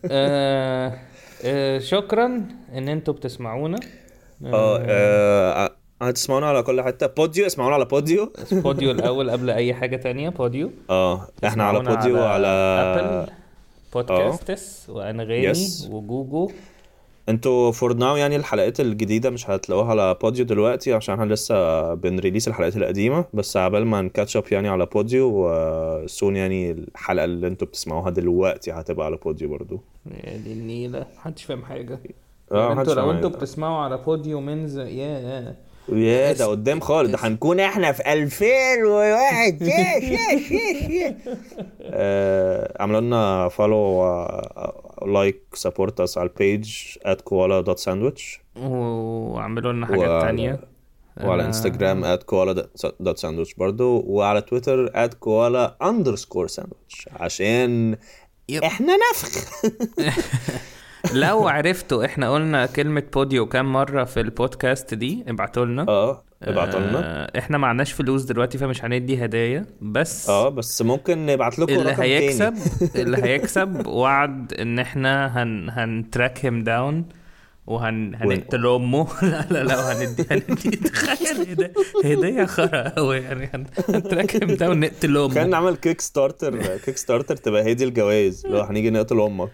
Speaker 1: آه آه شكرا ان انتوا بتسمعونا
Speaker 2: اه آه، هتسمعونا على كل حته بوديو اسمعونا على بوديو
Speaker 1: بوديو الاول قبل اي حاجه تانية بوديو
Speaker 2: اه احنا على آه.
Speaker 1: تسمعونا
Speaker 2: بوديو وعلى
Speaker 1: ابل بودكاستس وانغامي
Speaker 2: يس.
Speaker 1: وجوجو
Speaker 2: انتوا فور ناو يعني الحلقات الجديده مش هتلاقوها على بوديو دلوقتي عشان احنا لسه بنريليس الحلقات القديمه بس عبال ما نكاتش اب يعني على بوديو وسون يعني الحلقه اللي انتوا بتسمعوها دلوقتي هتبقى على بوديو برضو
Speaker 1: يا دي النيله محدش فاهم حاجه
Speaker 2: آه،
Speaker 1: يعني
Speaker 2: محدش
Speaker 1: انتوا لو
Speaker 2: فاهم
Speaker 1: انتوا
Speaker 2: حاجة.
Speaker 1: بتسمعوا على بوديو منز يا يا
Speaker 2: يا ده قدام خالص ده هنكون احنا في 2001 يا- يا- يا- يا. آه، اعملوا لنا فولو لايك سبورت اس على البيج ات كوالا دوت ساندويتش
Speaker 1: واعملوا لنا حاجات
Speaker 2: وعلى-
Speaker 1: تانية
Speaker 2: وعلى
Speaker 1: أنا-
Speaker 2: انستجرام ات كوالا دوت ساندويتش برضو وعلى تويتر ات كوالا اندرسكور ساندويتش عشان
Speaker 1: يب.
Speaker 2: احنا نفخ
Speaker 1: لو عرفتوا احنا قلنا كلمة بوديو كام مرة في البودكاست دي ابعتوا لنا
Speaker 2: اه ابعتوا
Speaker 1: آه.
Speaker 2: لنا
Speaker 1: احنا معناش فلوس دلوقتي فمش هندي هدايا بس
Speaker 2: اه بس ممكن نبعت لكم
Speaker 1: اللي
Speaker 2: رقم تاني. *laughs*
Speaker 1: هيكسب اللي هيكسب وعد ان احنا هن هنتراك هيم داون وهن هنقتل امه *laughs* لا لا لا وهندي هندي تخيل هدا- هدية خرا قوي يعني هن- هنتراك هيم داون نقتل امه
Speaker 2: كان نعمل كيك ستارتر كيك ستارتر تبقى هي دي الجوائز لو هنيجي نقتل امك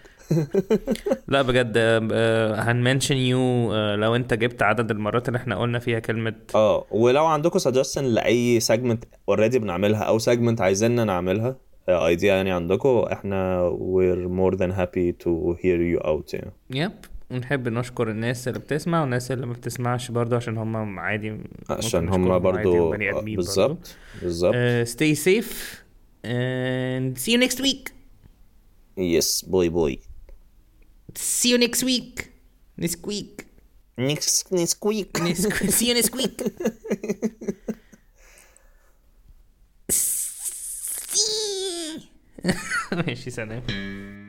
Speaker 1: لا بجد آه، هنمنشن يو لو انت جبت عدد المرات اللي احنا قلنا فيها كلمه
Speaker 2: اه ولو عندكم سجستشن لاي سيجمنت اوريدي بنعملها او سيجمنت عايزيننا نعملها ايديا يعني عندكم احنا we're more than happy to hear you out يعني
Speaker 1: يب ونحب نشكر الناس اللي بتسمع والناس اللي ما بتسمعش برضه عشان هم عادي
Speaker 2: عشان
Speaker 1: ممكن نشكرهم
Speaker 2: هما
Speaker 1: عادي،
Speaker 2: برضو
Speaker 1: بني
Speaker 2: آه،
Speaker 1: آدمين برضه.
Speaker 2: بالظبط بالظبط
Speaker 1: Uh, stay safe and see you next week.
Speaker 2: يس بوي بوي
Speaker 1: See you next week. Next week.
Speaker 2: نيكس نسكويك
Speaker 1: Next, see you next week. *laughs* *laughs* see. ماشي سلام